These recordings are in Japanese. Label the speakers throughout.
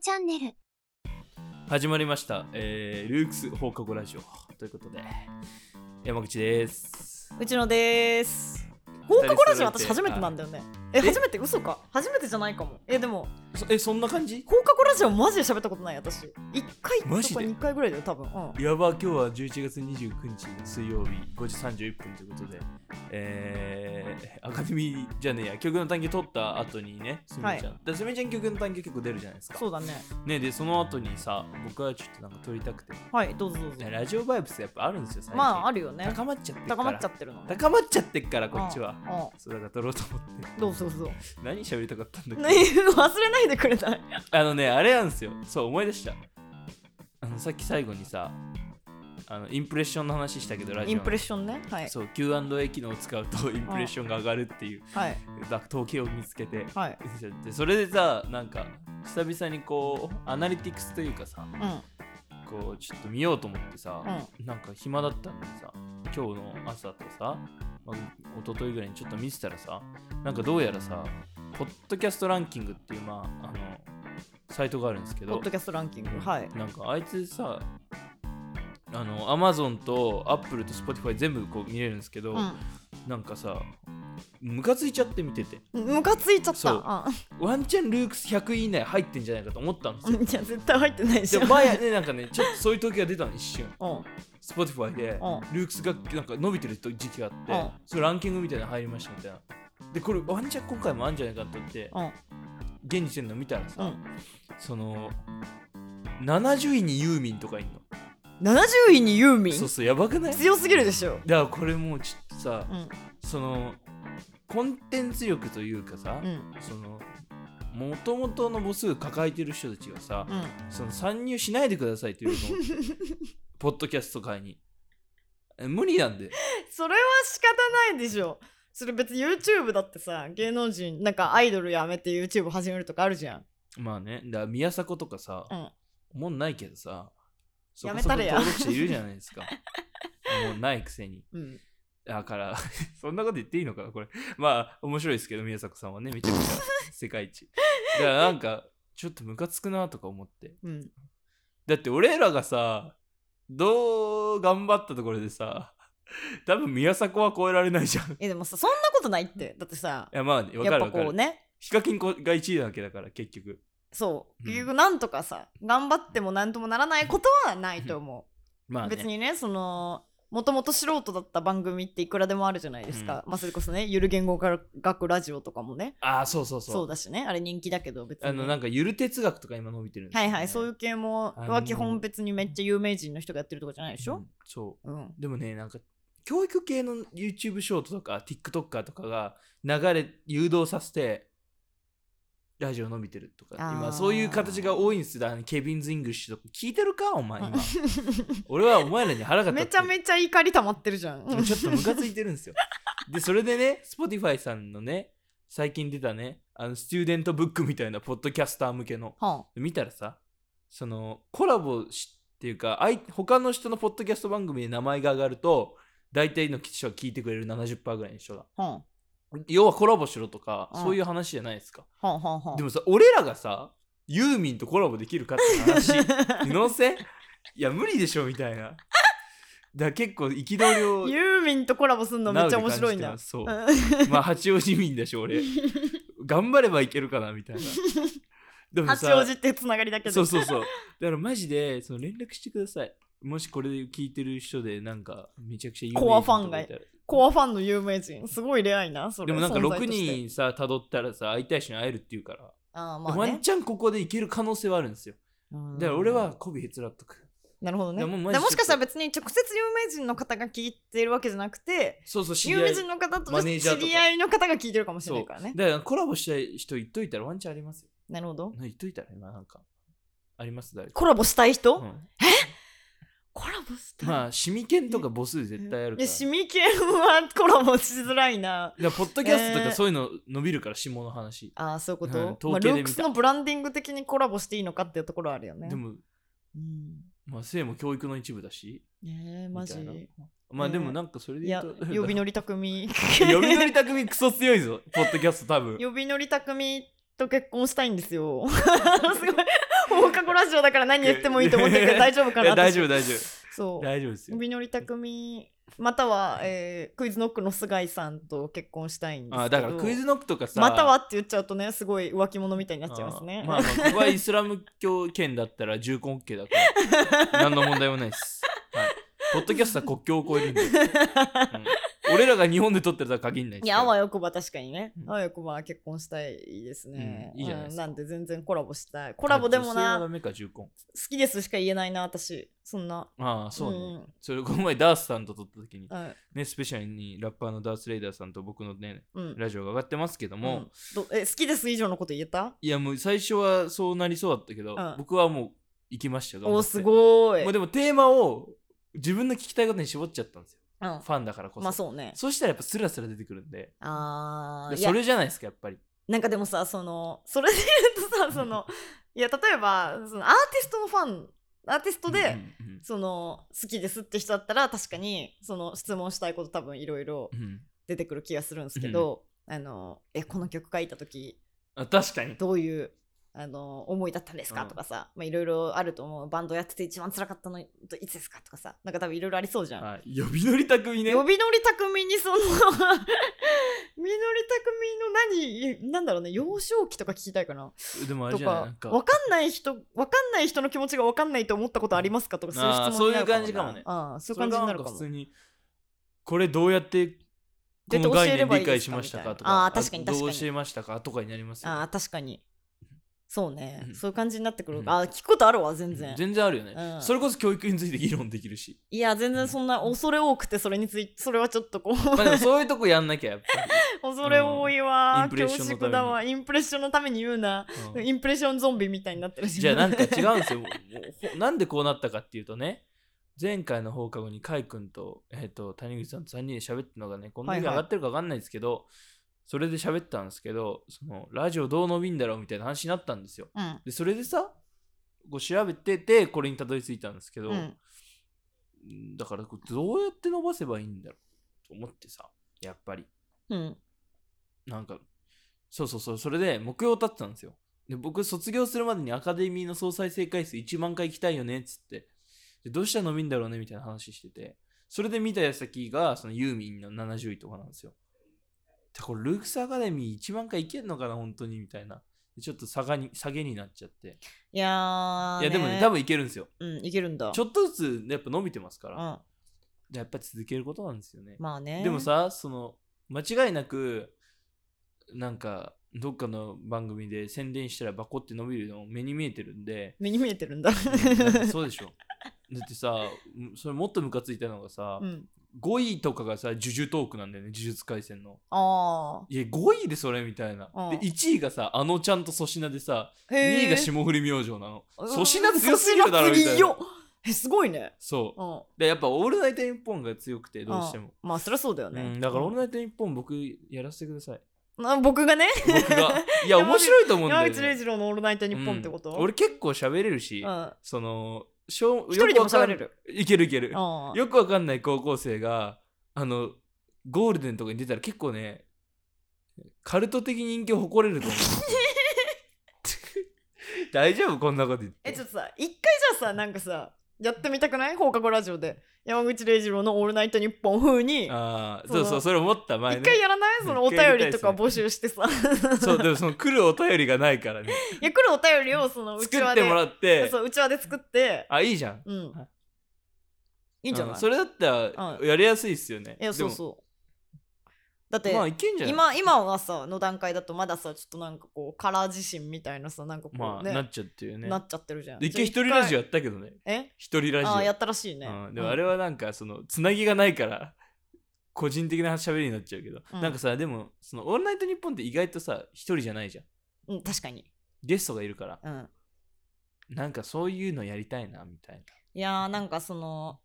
Speaker 1: チャンネル
Speaker 2: 始まりました、えー、ルークス放課後ラジオということで山口です
Speaker 3: うちのです放課後ラジオ私初めてなん
Speaker 2: だ
Speaker 3: だよねえ初めて嘘か初めてじゃないかもえでも
Speaker 2: えそんな感じ
Speaker 3: 放課後ラジオマジで喋ったことない私一回とか
Speaker 2: マジで
Speaker 3: 2回ぐらいだよ多分うん
Speaker 2: やば今日は11月29日水曜日5時31分ということでえー、アカデミーじゃねえや曲の探求取った後にねすみれちゃん、だすみれちゃん曲の探求結構出るじゃないですか
Speaker 3: そうだね
Speaker 2: ねでその後にさ僕はちょっとなんか撮りたくて
Speaker 3: はいどうぞどうぞ
Speaker 2: ラジオバイブスやっぱあるんですよ最近
Speaker 3: まああるよね
Speaker 2: 高まっちゃってっから
Speaker 3: 高まっちゃってるのね
Speaker 2: 高まっちゃってっからこっちは
Speaker 3: うんうん
Speaker 2: そうだから撮ろうと思って
Speaker 3: どうぞどうぞ
Speaker 2: 何喋りたかったんだっけ
Speaker 3: ね忘れないでくれない
Speaker 2: あのね、あれなんですよ。そう、思い出した。あの、さっき最後にさ、あの、インプレッションの話したけど、ラジオの。
Speaker 3: インプレッションねはい
Speaker 2: そう、Q&A 機能を使うと、インプレッションが上がるっていう、
Speaker 3: はい
Speaker 2: だ統計を見つけて。
Speaker 3: はい
Speaker 2: でそれでさ、なんか、久々にこう、アナリティクスというかさ、
Speaker 3: うんうん
Speaker 2: こう、ちょっと見ようと思ってさ、なんか暇だったんでさ、今日の朝とさ、まあ、一昨日ぐらいにちょっと見てたらさ、なんかどうやらさ、ポッドキャストランキングっていう、まあ、あの、サイトがあるんですけ
Speaker 3: ポ
Speaker 2: ど
Speaker 3: ッド、キャストランキングはい
Speaker 2: なんかあいつさあのアマゾンとアップルと Spotify 全部こう見れるんですけど、
Speaker 3: う
Speaker 2: なんかさムカついちゃって見てて
Speaker 3: んムカついちゃっ
Speaker 2: そ
Speaker 3: た
Speaker 2: うワンチャンルークス100位以内入ってんじゃないかと思ったんです
Speaker 3: うん
Speaker 2: よ
Speaker 3: いや絶対入ってないでしょ
Speaker 2: で前ねなんかねちょっとそういう時が出たの一瞬
Speaker 3: うん
Speaker 2: Spotify で
Speaker 3: う
Speaker 2: ルークスがなんか伸びてる時期があって、
Speaker 3: うん
Speaker 2: それランキングみたいなの入りましたみたいなでこれワンチャン今回もあるんじゃないかと思って
Speaker 3: うん
Speaker 2: 現時点の見たらさ、
Speaker 3: うん
Speaker 2: その70位にユーミンとかいんの
Speaker 3: 70位にユーミ
Speaker 2: そう
Speaker 3: ン
Speaker 2: そうやばく ない
Speaker 3: 強すぎるでしょ
Speaker 2: だからこれもうちょっとさ、
Speaker 3: うん
Speaker 2: そのコンテンツ力というかさ、
Speaker 3: うん
Speaker 2: そのもともとの母数抱えてる人たちがさ、
Speaker 3: うん
Speaker 2: その参入しないでくださいって言うと思って ポッドキャスト界にえ無理なんで
Speaker 3: それは仕方ないでしょそれ別に YouTube だってさ芸能人なんかアイドルやめて YouTube 始めるとかあるじゃん
Speaker 2: まあねだから宮迫とかさ、
Speaker 3: うん
Speaker 2: もんないけどさそ
Speaker 3: や
Speaker 2: こ
Speaker 3: め
Speaker 2: そこ
Speaker 3: たれ
Speaker 2: 登
Speaker 3: や
Speaker 2: 録者いるじゃないです かもうないくせに
Speaker 3: うん
Speaker 2: だから そんなこと言っていいのかなこれまあ面白いですけど宮迫さんはねめちゃくちゃ世界一だからなんかちょっとムカつくなとか思って
Speaker 3: うん
Speaker 2: だって俺らがさどう頑張ったところでさ多分宮迫は超えられないじゃんい
Speaker 3: えでもさそんなことないってだってさ
Speaker 2: やまあねわ
Speaker 3: や
Speaker 2: か
Speaker 3: っ
Speaker 2: るわか
Speaker 3: ぱこう
Speaker 2: る、
Speaker 3: ね
Speaker 2: ヒカキンが1位なわけだから結局
Speaker 3: そう
Speaker 2: うん
Speaker 3: 結局なんとかさ頑張ってもなんともならないことはないと思
Speaker 2: まあ
Speaker 3: う
Speaker 2: ね
Speaker 3: 別にねそのもともと素人だった番組っていくらでもあるじゃないですか、まあそれこそねゆる言語学ラジオとかもね
Speaker 2: ああそうそうそ
Speaker 3: そううだしねあれ人気だけど別に
Speaker 2: あのなんかゆる哲学とか今伸びてるんです
Speaker 3: は
Speaker 2: よね
Speaker 3: いはいそういう系も
Speaker 2: あの
Speaker 3: は基本別にめっちゃ有名人の人がやってるとかじゃないでし
Speaker 2: う
Speaker 3: ょ
Speaker 2: ん、そう
Speaker 3: うん
Speaker 2: でもね、なんか、教育系の YouTube ショートとか TikToker とかが流れ、誘導させて、ラジオ伸びてるとか、
Speaker 3: あー
Speaker 2: 今そういう形が多いんですよ。だからケビンズ・イングリッシュとか聞いてるかお前 今。俺はお前らに腹が立
Speaker 3: め
Speaker 2: っ
Speaker 3: ち
Speaker 2: て
Speaker 3: ゃめちゃ怒り溜まってるじゃん。
Speaker 2: ちょっとムカついてるんですよ。で、それでね、Spotify さんのね、最近出たね、あの、スチューデントブックみたいな、ポッドキャスター向けの、
Speaker 3: は
Speaker 2: 見たらさそのコラボしっていうかあい他の人のポッドキャスト番組で名前が上がると大体の人が聞いてくれる70%ぐらいの人が
Speaker 3: あ、は
Speaker 2: 要はコラボしろとか、
Speaker 3: うん
Speaker 2: そういう話じゃないですか、
Speaker 3: あ、はあ、はあ。
Speaker 2: でもさ俺らがさユーミンとコラボできるかって 話気のせいや無理でしょみたいなだから結構憤り を
Speaker 3: ユーミンとコラボするのめっちゃ面白い
Speaker 2: な
Speaker 3: な。
Speaker 2: お
Speaker 3: う
Speaker 2: で感
Speaker 3: ん
Speaker 2: じてますそうまあ八王子民だし 俺頑張ればいけるかなみたいなでも
Speaker 3: 八王子ってつながりだけど。
Speaker 2: そうそうそう。だからマジで、その連絡してください。もしこれで聞いてる人で、なんか、めちゃくちゃ有名人
Speaker 3: コアファン
Speaker 2: とか
Speaker 3: が
Speaker 2: いたら
Speaker 3: コアファンの有名人。すごいレアいな、それ。
Speaker 2: でもなんか
Speaker 3: 存在と
Speaker 2: 6
Speaker 3: して。
Speaker 2: 人さ、たどったらさ、会いたい人に会えるっていうから、
Speaker 3: ああ、まあ
Speaker 2: ワン
Speaker 3: ね。
Speaker 2: チャンここでいける可能性はあるんですよ。だから俺は媚びへつらっとく。
Speaker 3: なるほどね。
Speaker 2: いや
Speaker 3: で
Speaker 2: もう
Speaker 3: も
Speaker 2: マジで
Speaker 3: しかしたら別に直接有名人の方が聞いてるわけじゃなくて、
Speaker 2: そうそう、知り
Speaker 3: 有
Speaker 2: 合
Speaker 3: 名
Speaker 2: い。
Speaker 3: 人の方と
Speaker 2: マネージャー
Speaker 3: 知
Speaker 2: とか
Speaker 3: り合いの方が聞いてるかもしれ
Speaker 2: そ
Speaker 3: な
Speaker 2: う
Speaker 3: いからね。
Speaker 2: だからコラボしたい人言っといたらワンチャンありますよ。
Speaker 3: なるほど。
Speaker 2: 言っといたら今なんか、あります誰か。
Speaker 3: コラボしたい人、
Speaker 2: うん
Speaker 3: コラボしたい。
Speaker 2: まあ、シミケンとか母数絶対あるか
Speaker 3: い
Speaker 2: ら。
Speaker 3: や、シミケンはコラボしづらいな。
Speaker 2: だからポッドキャストと
Speaker 3: え
Speaker 2: か
Speaker 3: ー
Speaker 2: そういうの伸びるから、下の話。
Speaker 3: ああそういうこと、
Speaker 2: うん
Speaker 3: ま
Speaker 2: 統
Speaker 3: あ、
Speaker 2: 計
Speaker 3: ル
Speaker 2: で見た
Speaker 3: ークスのブランディング的にコラボしていいのかっていうところはあるよね。
Speaker 2: でも、
Speaker 3: うん、
Speaker 2: まあ、性も教育の一部だし。
Speaker 3: ねえマジ
Speaker 2: みたいまあ
Speaker 3: ね
Speaker 2: でも なんかそれで
Speaker 3: い
Speaker 2: 言
Speaker 3: や
Speaker 2: うと、
Speaker 3: 呼び乗り 匠
Speaker 2: 呼び乗り匠クソ強いぞ、ポッドキャスト多分。
Speaker 3: 呼び乗り匠と結婚したいんですよ。 すごい放課後ラジオだから何言ってもいいと思ってるけど大丈夫か
Speaker 2: いや
Speaker 3: な
Speaker 2: 大丈夫
Speaker 3: 夫
Speaker 2: 大丈
Speaker 3: そ
Speaker 2: 夫
Speaker 3: う
Speaker 2: 大丈夫ですよ
Speaker 3: みのりたくみまたは、えークイズノックの菅井さんと結婚したいんですけど
Speaker 2: あだからクイズノックとかさ
Speaker 3: またはって言っちゃうとねすごい浮気者みたいになっちゃいます
Speaker 2: あー
Speaker 3: ね
Speaker 2: まあ、まあ、ここはイスラム教圏だったら重婚 OK だから、 何の問題もないです。はい。ポッドキャストは国境を越えるんで、うん俺らが日本で撮ってるとは限らないです
Speaker 3: い
Speaker 2: け
Speaker 3: や、
Speaker 2: ど
Speaker 3: あわよくば確かにね
Speaker 2: う。ん
Speaker 3: あわよくば結婚したいですね。
Speaker 2: うんいいじゃないですか
Speaker 3: うんなんで全然コラボしたい。コラボでも
Speaker 2: 女性は
Speaker 3: な、
Speaker 2: ダ
Speaker 3: 好
Speaker 2: メか重婚。
Speaker 3: きですしか言えないな、私。そんな。
Speaker 2: ああ、そうね。
Speaker 3: ん
Speaker 2: それ、この前ダースさんと撮った時に、
Speaker 3: うん。
Speaker 2: ね、スペシャルにラッパーのダース・レイダーさんと僕のね、
Speaker 3: うん。
Speaker 2: ラジオが上がってますけども、
Speaker 3: うんどえ、好きです以上のこと言えた
Speaker 2: いや、もう最初はそうなりそうだったけど、
Speaker 3: うん
Speaker 2: 僕はもう行きましたが
Speaker 3: お、すごい。
Speaker 2: もう
Speaker 3: うん。
Speaker 2: でもテーマを自分の聞きたいことに絞っちゃったんですよ。
Speaker 3: ま
Speaker 2: ファンだからこそ。
Speaker 3: あそうね。
Speaker 2: そしたらやっぱスラスラ出てくるんで、
Speaker 3: あーいや
Speaker 2: それじゃないですか、やっぱり。
Speaker 3: なんかでもさ、その、それで言うとさ、その、いや、例えば、そのアーティストのファン、アーティストで、
Speaker 2: うんうん
Speaker 3: その、好きですって人だったら、確かに、その、質問したいこと多分いろいろ
Speaker 2: うんうん
Speaker 3: 出てくる気がするんですけど、あのえこの曲書いた時
Speaker 2: あ確かに。
Speaker 3: どういうあの思いだったんですか、
Speaker 2: うん
Speaker 3: とかさまあいろいろあると思うバンドやってて一番辛かったのいつですかとかさなんか多分いろいろありそうじゃん。
Speaker 2: はい呼び乗り匠ね。
Speaker 3: 呼び乗り巧みにその みのりたくみの何なんだろうね幼少期とか聞きたいかな
Speaker 2: でもあれ
Speaker 3: と
Speaker 2: じゃないな
Speaker 3: か
Speaker 2: んか
Speaker 3: わかんない人わかんない人の気持ちがわかんないと思ったことありますかとかそういう質問になる
Speaker 2: あーそういう感じかもね
Speaker 3: ああそういう感じになるか
Speaker 2: そ
Speaker 3: も
Speaker 2: れがん普通にこれどうやってこ
Speaker 3: どうやって
Speaker 2: の
Speaker 3: 教
Speaker 2: 概
Speaker 3: えれ
Speaker 2: 念
Speaker 3: ばいい
Speaker 2: 理
Speaker 3: で
Speaker 2: 解
Speaker 3: す
Speaker 2: し
Speaker 3: か
Speaker 2: ました
Speaker 3: みた
Speaker 2: か
Speaker 3: いな
Speaker 2: とか
Speaker 3: あー確かに確かに
Speaker 2: どう教えましたかとかになりますよね、
Speaker 3: ああ確かにそうね、
Speaker 2: うん
Speaker 3: そういう感じになってくる、
Speaker 2: うん
Speaker 3: ああ聞くことあるわ全然、
Speaker 2: 全然あるよね、
Speaker 3: うん
Speaker 2: それこそ教育について議論できるし
Speaker 3: いや全然そんな恐れ多くてそれについてそれはちょっとこう
Speaker 2: まあでもそういうとこやんなきゃやっぱ
Speaker 3: 恐れ多いわ
Speaker 2: インプレッションのために
Speaker 3: 恐縮だわインプレッションのために言うな、
Speaker 2: り、 うん
Speaker 3: インプレッションゾンビみたいになってるし
Speaker 2: じゃあなんか 違うんですよ もうほなんでこうなったかっていうとね前回の放課後にカイ君と,、えー、と谷口さんと3人で喋ってるのがねこんなに上
Speaker 3: はいはい
Speaker 2: がってるか分かんないですけど、それで喋ったんですけどそのラジオどう伸びんだろうみたいな話になったんですよ
Speaker 3: うん
Speaker 2: でそれでさこう調べててこれにたどり着いたんですけど、
Speaker 3: うん
Speaker 2: だからこうどうやって伸ばせばいいんだろうと思ってさやっぱり
Speaker 3: うん
Speaker 2: なんかそうそうそうそれで目標を立ってたんですよで僕卒業するまでにアカデミーの総再生回数1万回行きたいよねっつってでどうしたら伸びんだろうねみたいな話しててそれで見た矢先がそのユーミンの70位とかなんですよでこれルークスアカデミー1万回いけんのかな本当にみたいなでちょっと下がに下げになっちゃって
Speaker 3: いやー
Speaker 2: いやでもね多分いけるんですよ
Speaker 3: うんいけるんだ
Speaker 2: ちょっとずつやっぱ伸びてますか
Speaker 3: う
Speaker 2: ら
Speaker 3: ん
Speaker 2: やっぱ続けることなんですよね
Speaker 3: まあね
Speaker 2: でもさその間違いなくなんかどっかの番組で宣伝したらバコって伸びるの目に見えてるんで
Speaker 3: 目に見えてるんだ
Speaker 2: だってそうで しょだってさそれもっとムカついたのがさ、
Speaker 3: うん
Speaker 2: 5位とかがさ「呪術トーク」なんだよね「呪術廻戦」の
Speaker 3: あ
Speaker 2: いや5位でそれみたいな、
Speaker 3: うん
Speaker 2: で1位がさあのちゃんと粗品でさ
Speaker 3: あ
Speaker 2: 2位が霜降り明星なの粗品強すぎるだろみたいな
Speaker 3: えすごいね
Speaker 2: そう
Speaker 3: うん
Speaker 2: でやっぱ「オールナイトニッポン」が強くてどうしても、
Speaker 3: まあそりゃそうだよね、
Speaker 2: うん、だから「オールナイトニッポン」僕やらせてくだ さい
Speaker 3: あ僕がね
Speaker 2: 僕が。いや、面白いと思うんだ
Speaker 3: 山
Speaker 2: よ、
Speaker 3: 口
Speaker 2: ね
Speaker 3: 礼。二郎の「オールナイトニッポン」ってこと、
Speaker 2: うん俺結構喋れるし、
Speaker 3: うん
Speaker 2: その、しょう
Speaker 3: 一人でも喋れ
Speaker 2: よくわ
Speaker 3: る
Speaker 2: かんいけるいける。
Speaker 3: ああ
Speaker 2: よくわかんない高校生が、あの、ゴールデンとかに出たら結構ね、カルト的人気を誇れると 思う。大丈夫こんなこと言って。
Speaker 3: えちょっとさ一回じゃあさなんかさやってみたくない放課後ラジオで山口礼二郎の「オールナイトニッポン」風に
Speaker 2: ああ、
Speaker 3: そ
Speaker 2: そ
Speaker 3: の
Speaker 2: うそう、それ思った前
Speaker 3: 一
Speaker 2: ね。
Speaker 3: 回やらないそのお
Speaker 2: 一回や
Speaker 3: 便
Speaker 2: りたいで
Speaker 3: りと
Speaker 2: すね
Speaker 3: か募集してさ
Speaker 2: そう、でもその来るお便りがないからね。
Speaker 3: いや来るお便りをそ のうち
Speaker 2: 作っ
Speaker 3: わ
Speaker 2: て
Speaker 3: で
Speaker 2: もらって、
Speaker 3: そううちわで作って
Speaker 2: あ、いいじゃん。
Speaker 3: うん
Speaker 2: はい
Speaker 3: いいんじゃない、
Speaker 2: うんそれだったらやりやすいっすよね。
Speaker 3: いやそう
Speaker 2: う。
Speaker 3: そうだって、
Speaker 2: まあいけんじゃない
Speaker 3: 今今はさの段階だとまださちょっとなんかこうカラー自身みたいなさなんかこうね,、
Speaker 2: まあ、
Speaker 3: な
Speaker 2: なっちゃってるね。
Speaker 3: っちゃってるじゃん
Speaker 2: で一回一人
Speaker 3: じゃあ
Speaker 2: ラジオやったけどね。
Speaker 3: 回え
Speaker 2: 一人ラジオ。
Speaker 3: ああやったらしいね、
Speaker 2: うんでもあれはなんか、その、つなぎがないから、個人的な喋りになっちゃうけど、
Speaker 3: うん
Speaker 2: なんかさ、でも、その、オールナイトニッポンって意外とさ、一人じゃないじゃん。
Speaker 3: うん、確かに、
Speaker 2: ゲストがいるから、
Speaker 3: うん、
Speaker 2: なんかそういうのやりたいな、みたい
Speaker 3: いやーなんかその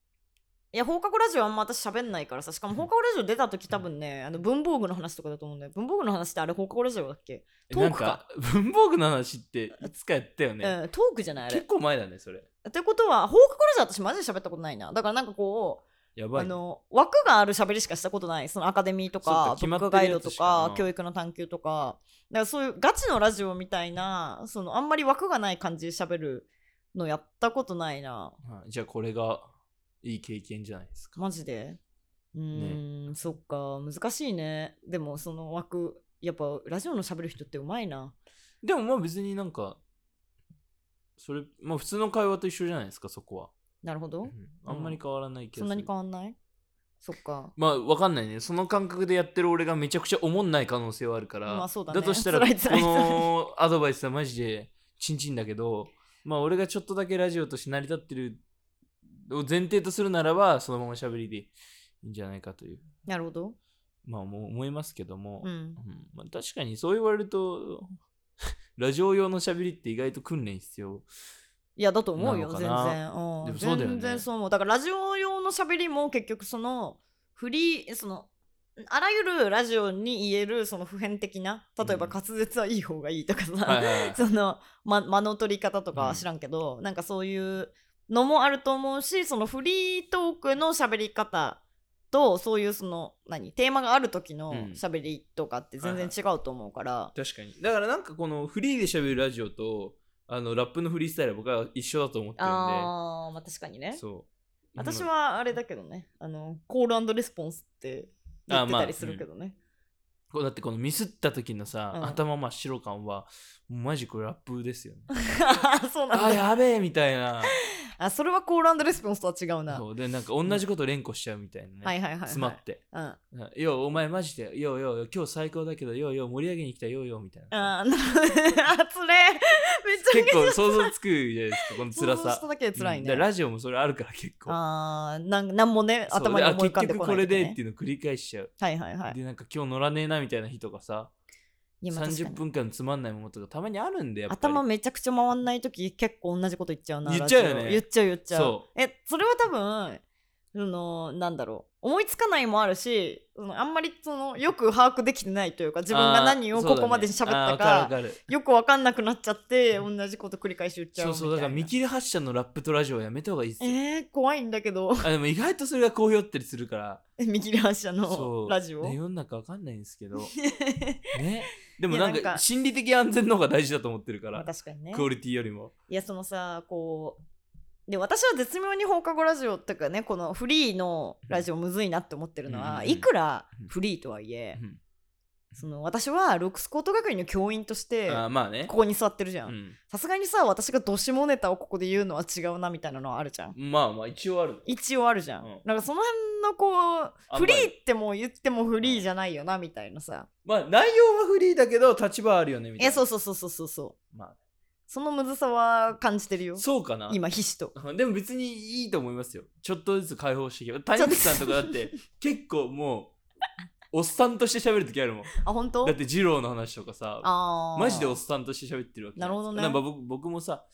Speaker 3: いや放課後ラジオあんま私喋んないからさしかも放課後ラジオ出た時多分ねあの文房具の話とかだと思うんだよ文房具の話ってあれ放課後ラジオだっけ、ト
Speaker 2: な。な
Speaker 3: ー
Speaker 2: ん
Speaker 3: クか
Speaker 2: か、文房具の話って、いつかやったよね。
Speaker 3: うん、トークじゃないあれ
Speaker 2: 結構前だね、それ。
Speaker 3: ってことは放課後ラジオ私マジで喋ったことないなだからなんかこう
Speaker 2: やば
Speaker 3: あ
Speaker 2: いね、
Speaker 3: の枠がある喋りしかしたことないそのアカデミーと
Speaker 2: そっ
Speaker 3: か
Speaker 2: か決
Speaker 3: ブ
Speaker 2: ま
Speaker 3: ッ
Speaker 2: ってるやつ
Speaker 3: クガイドと
Speaker 2: しか
Speaker 3: か
Speaker 2: な
Speaker 3: 教育の探求とかだからそういうガチのラジオみたいなそのあんまり枠がない感じで喋るのやったことないな
Speaker 2: はいじゃあこれがいい経験じゃないですか。
Speaker 3: マジでうーん、そっか難しいねでもその枠やっぱラジオの喋る人ってうまいな
Speaker 2: でもまあ別になんか、それ、まあ普通の会話と一緒じゃないですか、そこは。
Speaker 3: なるほど、
Speaker 2: うんあんまり変わらないけ
Speaker 3: そ
Speaker 2: ど。
Speaker 3: んなに変わんないそっ か
Speaker 2: まあわかんないね。その感覚でやってる俺がめちゃくちゃおもんない可能性はあるから。
Speaker 3: まあそうだね
Speaker 2: としたら、こ
Speaker 3: 辛い辛い辛い
Speaker 2: のアドバイスはマジでチンチンだけど、まあ俺がちょっとだけラジオとして成り立ってるを前提とするならば、そのまま喋りでいいんじゃないかという、
Speaker 3: なるほど
Speaker 2: まあもう思いますけども。
Speaker 3: うん
Speaker 2: うんまあ、確かにそう言われるとラジオ用のしゃべりって意外と訓練必要
Speaker 3: いやだと思うよ
Speaker 2: なの
Speaker 3: 全
Speaker 2: かな
Speaker 3: 然、うん
Speaker 2: でもそうだよね
Speaker 3: 全然そう思うだからラジオ用の喋りも結局そのフリーそのあらゆるラジオに言えるその普遍的な例えば
Speaker 2: うん
Speaker 3: 滑舌はいい方がいいとかさ、
Speaker 2: はいはい はい
Speaker 3: その、ま、間の取り方とか
Speaker 2: うん
Speaker 3: は知らんけど、なんかそういうのもあると思うしそのフリートークの喋り方とそういうその何テーマがある時の
Speaker 2: うん
Speaker 3: 喋りとかって全然違うと思うから、
Speaker 2: 確かにだからなんかこのフリーでしゃべるラジオとあのラップのフリースタイルは僕は一緒だと思ってるん
Speaker 3: あーまあ確かにね
Speaker 2: でそう
Speaker 3: 私はあれだけどねあのコールレスポンスって言ってたりするけどね、
Speaker 2: こうだってこのミスった時のさ、
Speaker 3: うん
Speaker 2: 頭真っ白感はもうマジこれラップです よね
Speaker 3: そうなん
Speaker 2: あ
Speaker 3: だ
Speaker 2: やべえみたいな
Speaker 3: あそれはコールレスポンスとは違うな、
Speaker 2: そうでなんか同じこと連呼しちゃうみたいなね、
Speaker 3: はいはいはい、はい、
Speaker 2: 詰まって
Speaker 3: うん
Speaker 2: 「
Speaker 3: あ
Speaker 2: よお前マジでよよよ今日最高だけどよよ盛り上げに来たよよ」みたいな
Speaker 3: ーなるほどあつれえめっちゃ
Speaker 2: 結構想像つくじゃないですかこの辛
Speaker 3: 想像し
Speaker 2: さ
Speaker 3: ただけで辛い
Speaker 2: うん
Speaker 3: ね、
Speaker 2: だからラジオもそれあるから結構
Speaker 3: あーなんなんもね
Speaker 2: そう
Speaker 3: 頭に
Speaker 2: であ
Speaker 3: 思い浮かんでこな
Speaker 2: 結局こ
Speaker 3: い
Speaker 2: れ
Speaker 3: と
Speaker 2: で
Speaker 3: ね
Speaker 2: っていうのを繰り返しちゃう、
Speaker 3: はいはいはい
Speaker 2: でなんか今日乗らねえなみたいな日とかさ
Speaker 3: 今確か
Speaker 2: 30
Speaker 3: に
Speaker 2: 分間つまんないものとかたまにあるんでやっぱり
Speaker 3: 頭めちゃくちゃ回んない時結構同じこと言っちゃうな
Speaker 2: 言っちゃうよね
Speaker 3: ラジオ言っちゃう言っちゃう
Speaker 2: そ
Speaker 3: えそれは多分そのなんだろう思いつかないもあるしそのあんまりそのよく把握できてないというか自分が何をここまで喋ったか,、
Speaker 2: あーそうだねあーわかるわかる
Speaker 3: よく分かんなくなっちゃって同じこと繰り返し言っちゃう
Speaker 2: そ
Speaker 3: み
Speaker 2: うそうだ
Speaker 3: たいな
Speaker 2: から見切り発車のラップとラジオはやめた方がいいですよ、
Speaker 3: えー、怖いんだけど
Speaker 2: あでも意外とそれが好評ったりするから
Speaker 3: 見切り発車
Speaker 2: そ
Speaker 3: の
Speaker 2: う
Speaker 3: ラジオ、
Speaker 2: ね世の中わかんないんですけ どねでもなん
Speaker 3: いやなん
Speaker 2: か
Speaker 3: か
Speaker 2: 心理的安全の方が大事だと思ってるか
Speaker 3: まあ
Speaker 2: ら
Speaker 3: 確かにね
Speaker 2: クオリティよりも
Speaker 3: いやそのさこうで私は絶妙に放課後ラジオっていうかねこのフリーのラジオむずいなって思ってるのは、
Speaker 2: うん
Speaker 3: いくらフリーとはいえ、
Speaker 2: うん
Speaker 3: その私はルックス高等学院の教員として
Speaker 2: あーまあね
Speaker 3: ここに座ってるじゃ
Speaker 2: うんん
Speaker 3: さすがにさ私がどしもネタをここで言うのは違うなみたいなのはあるじゃん
Speaker 2: まあまあ一応ある
Speaker 3: 一応あるじゃん、
Speaker 2: うん
Speaker 3: なんかその辺のこう
Speaker 2: あんま
Speaker 3: フリ
Speaker 2: り
Speaker 3: ーってもう言ってもフリーじゃないよなみたいなさ
Speaker 2: まあ内容はフリーだけど立場はあるよねみたい
Speaker 3: え
Speaker 2: な。
Speaker 3: そうそうそうそうそうそう
Speaker 2: ま
Speaker 3: そのむずさは感じてるよ
Speaker 2: あ、そうかな。
Speaker 3: 今ひしと
Speaker 2: でも別にいいと思いますよ。ちょっとずつ解放していけば。谷口さんとかだって結構もうおっさんとして喋る時あるもん。
Speaker 3: あ本当
Speaker 2: だって二郎の話とかさ、
Speaker 3: あー
Speaker 2: マジでおっさんとして喋ってるわけじゃいですか
Speaker 3: なるほどね
Speaker 2: なんか僕僕もさ、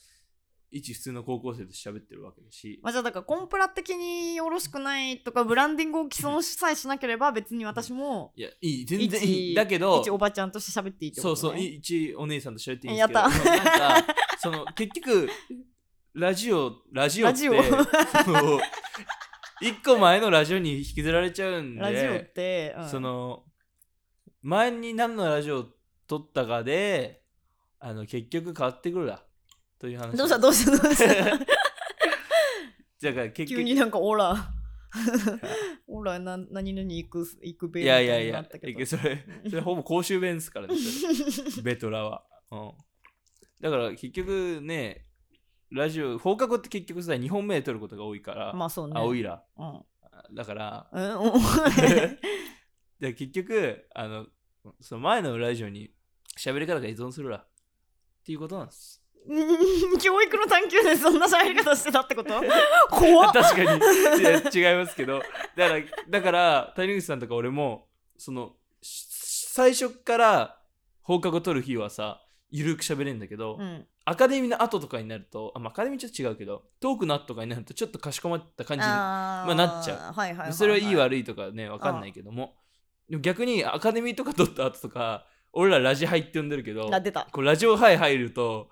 Speaker 2: 一普通の高校生として喋ってるわけだし。
Speaker 3: まあ、じゃあだからコンプラ的によろしくないとかブランディングを既存さえしなければ別に私も
Speaker 2: いや、いい、全
Speaker 3: 一
Speaker 2: 然いい。だけど
Speaker 3: 一、おばちゃんとして喋っていいってこ
Speaker 2: そ
Speaker 3: と、ね、
Speaker 2: うそう、い一お姉さんと喋っていいんです
Speaker 3: やっ
Speaker 2: け
Speaker 3: た
Speaker 2: ど、でもなんか、その、結局、ラジオ、ラジオって、
Speaker 3: ラジオ
Speaker 2: その一個前のラジオに引きずられちゃうんで、
Speaker 3: ラジオって、うん
Speaker 2: その、前に何のラジオを撮ったかで、あの、結局変わってくるだ、という話。
Speaker 3: どうしたどうした どうした
Speaker 2: だから結
Speaker 3: 急
Speaker 2: 局、
Speaker 3: になんかオラ オラな何々行く行くべ
Speaker 2: いやいやい
Speaker 3: みたにな
Speaker 2: や
Speaker 3: ったけど、
Speaker 2: それ、それほぼ公衆弁ですからね、そ れベトラは。うん。だから結局ね、ラジオ、放課後って結局さ、2本目で撮ることが多いから、
Speaker 3: まあそうね
Speaker 2: あ、おいら。
Speaker 3: うん
Speaker 2: だ から、
Speaker 3: うん
Speaker 2: で結局、あの、その前のラジオに喋り方が依存するら。っていうことなんです。
Speaker 3: うん教育の探求でそんな喋り方してたってこと 怖っ
Speaker 2: 確かにいや違いますけどだからだから谷口さんとか俺もそのし最初から放課後取る日はさゆるく喋れるんだけど、
Speaker 3: うん、
Speaker 2: アカデミーの後とかになるとあ、まあ、アカデミーちょっと違うけどトークの後とかになるとちょっとかしこまった感じに
Speaker 3: あー
Speaker 2: まあなっちゃ
Speaker 3: う、はいはいはいはい、
Speaker 2: それはいい悪いとかね分かんないけどもでも逆にアカデミーとか取った後とか俺らラジハイって呼んでるけど
Speaker 3: あ出た
Speaker 2: こうラジオハイ入ると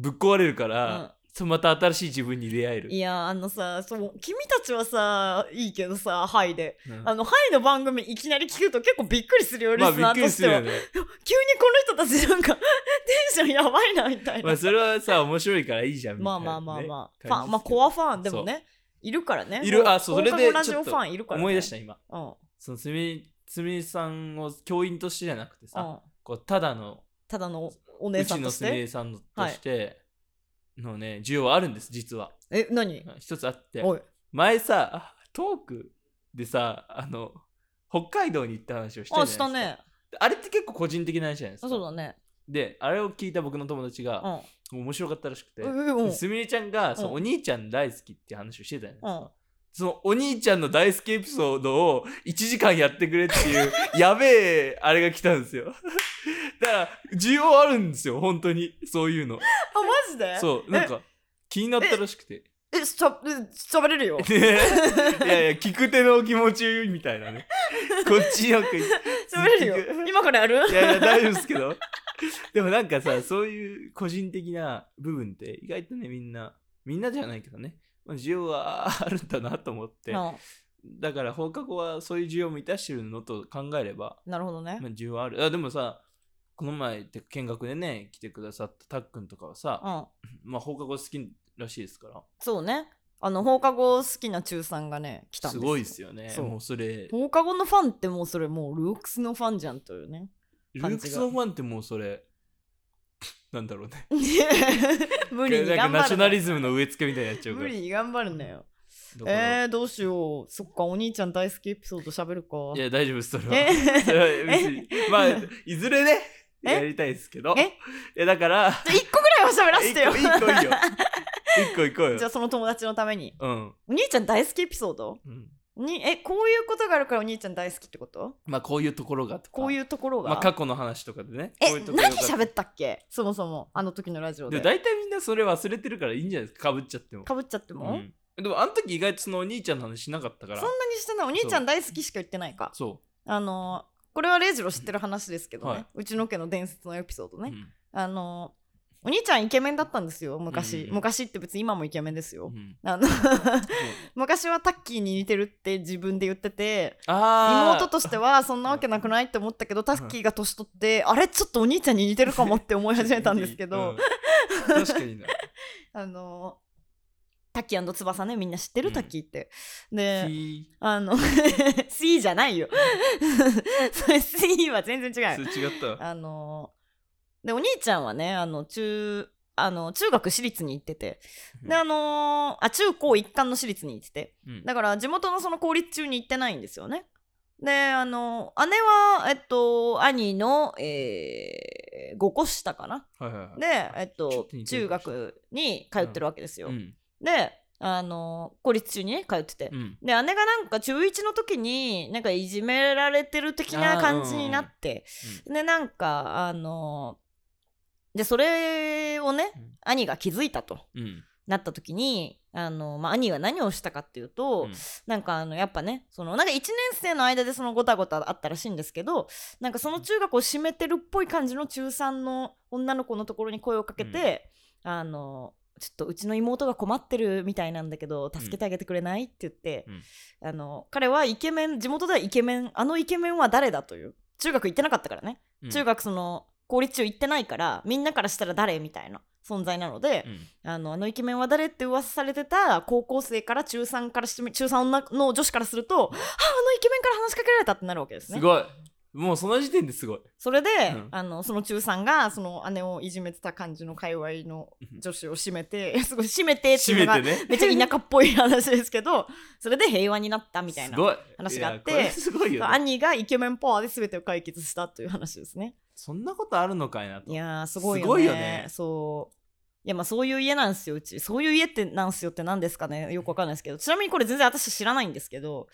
Speaker 2: ぶっ壊れるか
Speaker 3: うん
Speaker 2: ら、とまた新しい自分に出会える
Speaker 3: い。やあのさそう君たちはさいいけどさ「ハイで
Speaker 2: うん
Speaker 3: あの「ハイの番組いきなり聞くと結構びっくりするよリ
Speaker 2: まあ
Speaker 3: ス
Speaker 2: び
Speaker 3: ナ
Speaker 2: っ
Speaker 3: ー
Speaker 2: く
Speaker 3: と
Speaker 2: り
Speaker 3: し
Speaker 2: す
Speaker 3: て
Speaker 2: る
Speaker 3: は、
Speaker 2: よね。
Speaker 3: 急にこの人たちなんか テンションやばいなみたいな、
Speaker 2: まあそれはさ、面白いからいいじゃん。
Speaker 3: まあまあまあまあ、
Speaker 2: ね
Speaker 3: ファン、まあコアファンでもね、いるからね。
Speaker 2: いるあそう
Speaker 3: 放課
Speaker 2: そ
Speaker 3: 後
Speaker 2: れで
Speaker 3: ラジオ
Speaker 2: ち
Speaker 3: フ
Speaker 2: ょっと
Speaker 3: ァンいるから、ね。。
Speaker 2: 思い出したた今。
Speaker 3: うん。
Speaker 2: そのすみ、すみさんを教員としてじゃなくて
Speaker 3: う
Speaker 2: さ、
Speaker 3: ん、
Speaker 2: こうただの
Speaker 3: ただのお姉
Speaker 2: う
Speaker 3: さ
Speaker 2: ち
Speaker 3: ん
Speaker 2: の
Speaker 3: とし
Speaker 2: すみ
Speaker 3: て。
Speaker 2: さんとしてのね、需要はあるんです、実は。
Speaker 3: え、何
Speaker 2: 一つあって、
Speaker 3: おい。
Speaker 2: 前さ、あトークでさ、あの、北海道に行った話をしたじゃない
Speaker 3: あ、
Speaker 2: で
Speaker 3: し
Speaker 2: すか
Speaker 3: たね。
Speaker 2: あれって結構個人的な話じゃないです
Speaker 3: あ
Speaker 2: か。
Speaker 3: そうだね。
Speaker 2: で、あれを聞いた僕の友達
Speaker 3: う
Speaker 2: が、
Speaker 3: ん。
Speaker 2: 面白かったらしくて、
Speaker 3: え、うん。
Speaker 2: すみれちゃんがその
Speaker 3: うん
Speaker 2: お兄ちゃん大好きって話をしてたよね、
Speaker 3: うん
Speaker 2: そのお兄ちゃんの大好きエピソードを1時間やってくれっていうやべえあれが来たんですよ だから需要あるんですよ本当にそういうの
Speaker 3: あ、マジで
Speaker 2: そうなんか気になったらしくて
Speaker 3: え、しゃ、えしゃべれる よ。
Speaker 2: ねいやいや聞く手の気持ちみたいなねこっちよく
Speaker 3: しゃべ れるよ。今からやる
Speaker 2: いやいや大丈夫ですけどでもなんかさそういう個人的な部分って意外とねみんなみんなじゃないけどねまあ需要はあるんだなと思って
Speaker 3: うん
Speaker 2: だから放課後はそういう需要を満たしてるのと考えれば、
Speaker 3: なるほどね
Speaker 2: まあ、需要はあるあでもさこの前て見学でね来てくださったたっくんとかは
Speaker 3: う
Speaker 2: さ、
Speaker 3: ん。
Speaker 2: まあ、放課後好きらしいですか
Speaker 3: そうね。あの、放課後好きな中さんがね、来た
Speaker 2: ら
Speaker 3: んです
Speaker 2: す
Speaker 3: よ
Speaker 2: ごいですよね
Speaker 3: そう
Speaker 2: もうそれ
Speaker 3: 放課後のファンってもうそれもうルークスのファンじゃんとい うね。
Speaker 2: ル
Speaker 3: 感じ
Speaker 2: ー
Speaker 3: が
Speaker 2: クスのファンってもうそれなんだろうね
Speaker 3: 無理に
Speaker 2: なんか
Speaker 3: 頑張る
Speaker 2: ナショナ
Speaker 3: ズ
Speaker 2: リズムの植え付けみたいになっちゃうか
Speaker 3: 無
Speaker 2: ら
Speaker 3: 理に頑張るなよ。
Speaker 2: だから
Speaker 3: えー、どうしよう。そっか、お兄ちゃん大好きエピソード喋るか。
Speaker 2: いや、大丈夫です、それは。そ
Speaker 3: え
Speaker 2: れは 別にまあ、いずれね、
Speaker 3: え
Speaker 2: やりたいですけど。
Speaker 3: え
Speaker 2: いや、だから、
Speaker 3: じゃあ一個ぐらいは喋らせ
Speaker 2: 一
Speaker 3: てよ
Speaker 2: 個、。一個 いいよ。一個行こう
Speaker 3: じゃあ
Speaker 2: よ。
Speaker 3: その友達のために。
Speaker 2: うん。
Speaker 3: お兄ちゃん大好きエピソード
Speaker 2: うん
Speaker 3: にえ、こういうことがあるからお兄ちゃん大好きってこと
Speaker 2: まあ、こういうところがとか。
Speaker 3: こういうところが。
Speaker 2: まあ、過去の話とかでね。こう
Speaker 3: え
Speaker 2: いう、ところ
Speaker 3: 何
Speaker 2: が
Speaker 3: 喋ったっけそもそも、あの時のラジオ
Speaker 2: で
Speaker 3: で。
Speaker 2: も大体みんなそれ忘れてるからいいんじゃないですか、かぶっちゃっても。
Speaker 3: かぶっちゃっても、
Speaker 2: うんでも、あの時意外とそのお兄ちゃんの話しなかったか
Speaker 3: そ
Speaker 2: ら
Speaker 3: んな。にしてない。お兄ちゃん大好きしか言ってないか。
Speaker 2: そ
Speaker 3: あのこれはレイジロ知ってる話ですけどね、
Speaker 2: はいう
Speaker 3: ちの家の伝説のエピソード
Speaker 2: う。
Speaker 3: ね、
Speaker 2: うん
Speaker 3: あのお兄ちゃんイケメンだったんですよ昔、
Speaker 2: うん
Speaker 3: 昔って別に今もイケメンですよ、
Speaker 2: うん
Speaker 3: あの
Speaker 2: そう
Speaker 3: 昔はタッキーに似てるって自分で言ってて
Speaker 2: あー
Speaker 3: 妹としてはそんなわけなくないって思ったけどタッキーが年取ってあれちょっとお兄ちゃんに似てるかもって思い始めたんですけど、
Speaker 2: うん確かにな。
Speaker 3: あのタッキー翼ねみんな知ってる、
Speaker 2: うん
Speaker 3: タッキーってで
Speaker 2: ひ
Speaker 3: あのスイーじゃないよ それスイーは全然違うよ
Speaker 2: ーそれ違ったわ。
Speaker 3: あのでお兄ちゃんはねあの中あの中学私立に行ってて
Speaker 2: うん
Speaker 3: であのあ中高一貫の私立に行ってて
Speaker 2: うん
Speaker 3: だから地元のその公立中に行ってないんですよねであの姉はえっと兄の、え5個下かな
Speaker 2: はいはいはい
Speaker 3: でえっ
Speaker 2: ちょっ
Speaker 3: と
Speaker 2: と似て
Speaker 3: 中
Speaker 2: るかも
Speaker 3: 学に通ってるわけですよ、
Speaker 2: うん
Speaker 3: であの公立中にね通ってて、
Speaker 2: うん。
Speaker 3: で姉がなんか中1の時になんかいじめられてる的な感じになって、でなんかあのでそれをね、
Speaker 2: うん
Speaker 3: 兄が気づいたと
Speaker 2: うん。
Speaker 3: なった時にあの、まあ、兄が何をしたかっていうと、
Speaker 2: うん
Speaker 3: なんかあのやっぱねそのなんか1年生の間でそのごたごたあったらしいんですけどなんかその中学を占めてるっぽい感じの中3の女の子のところに声をかけて、あのちょっとうちの妹が困ってるみたいなんだけど助けてあげてくれないって言って、あの彼はイケメン地元ではイケメンあのイケメンは誰だという中学行ってなかったからね、
Speaker 2: うん
Speaker 3: 中学その公立中行ってないからみんなからしたら誰みたいな存在なので、
Speaker 2: うん
Speaker 3: あのあのイケメンは誰って噂されてた高校生から中3からしてみ中3女の女子からすると、ああのイケメンから話しかけられたってなるわけですね
Speaker 2: すごい。もうその時点ですごい。
Speaker 3: それで、
Speaker 2: うん
Speaker 3: あのその中3がその姉をいじめてた感じの界隈の女子を締めてすごい締めてって
Speaker 2: 締
Speaker 3: いうの
Speaker 2: め
Speaker 3: が
Speaker 2: てね。
Speaker 3: めっちゃ田舎っぽい話ですけどそれで平和になったみたいな
Speaker 2: すごい
Speaker 3: 話があって
Speaker 2: いやこれすごいよね、
Speaker 3: 兄がイケメンパワーで全てを解決したという話ですね
Speaker 2: そんなことあるのかいなと。
Speaker 3: いやーすごいよね
Speaker 2: すごいよね
Speaker 3: そういやまあそういう家なんですようちそういう家ってなんすよって何ですかねよくわかんないですけどちなみにこれ全然私知らないんですけど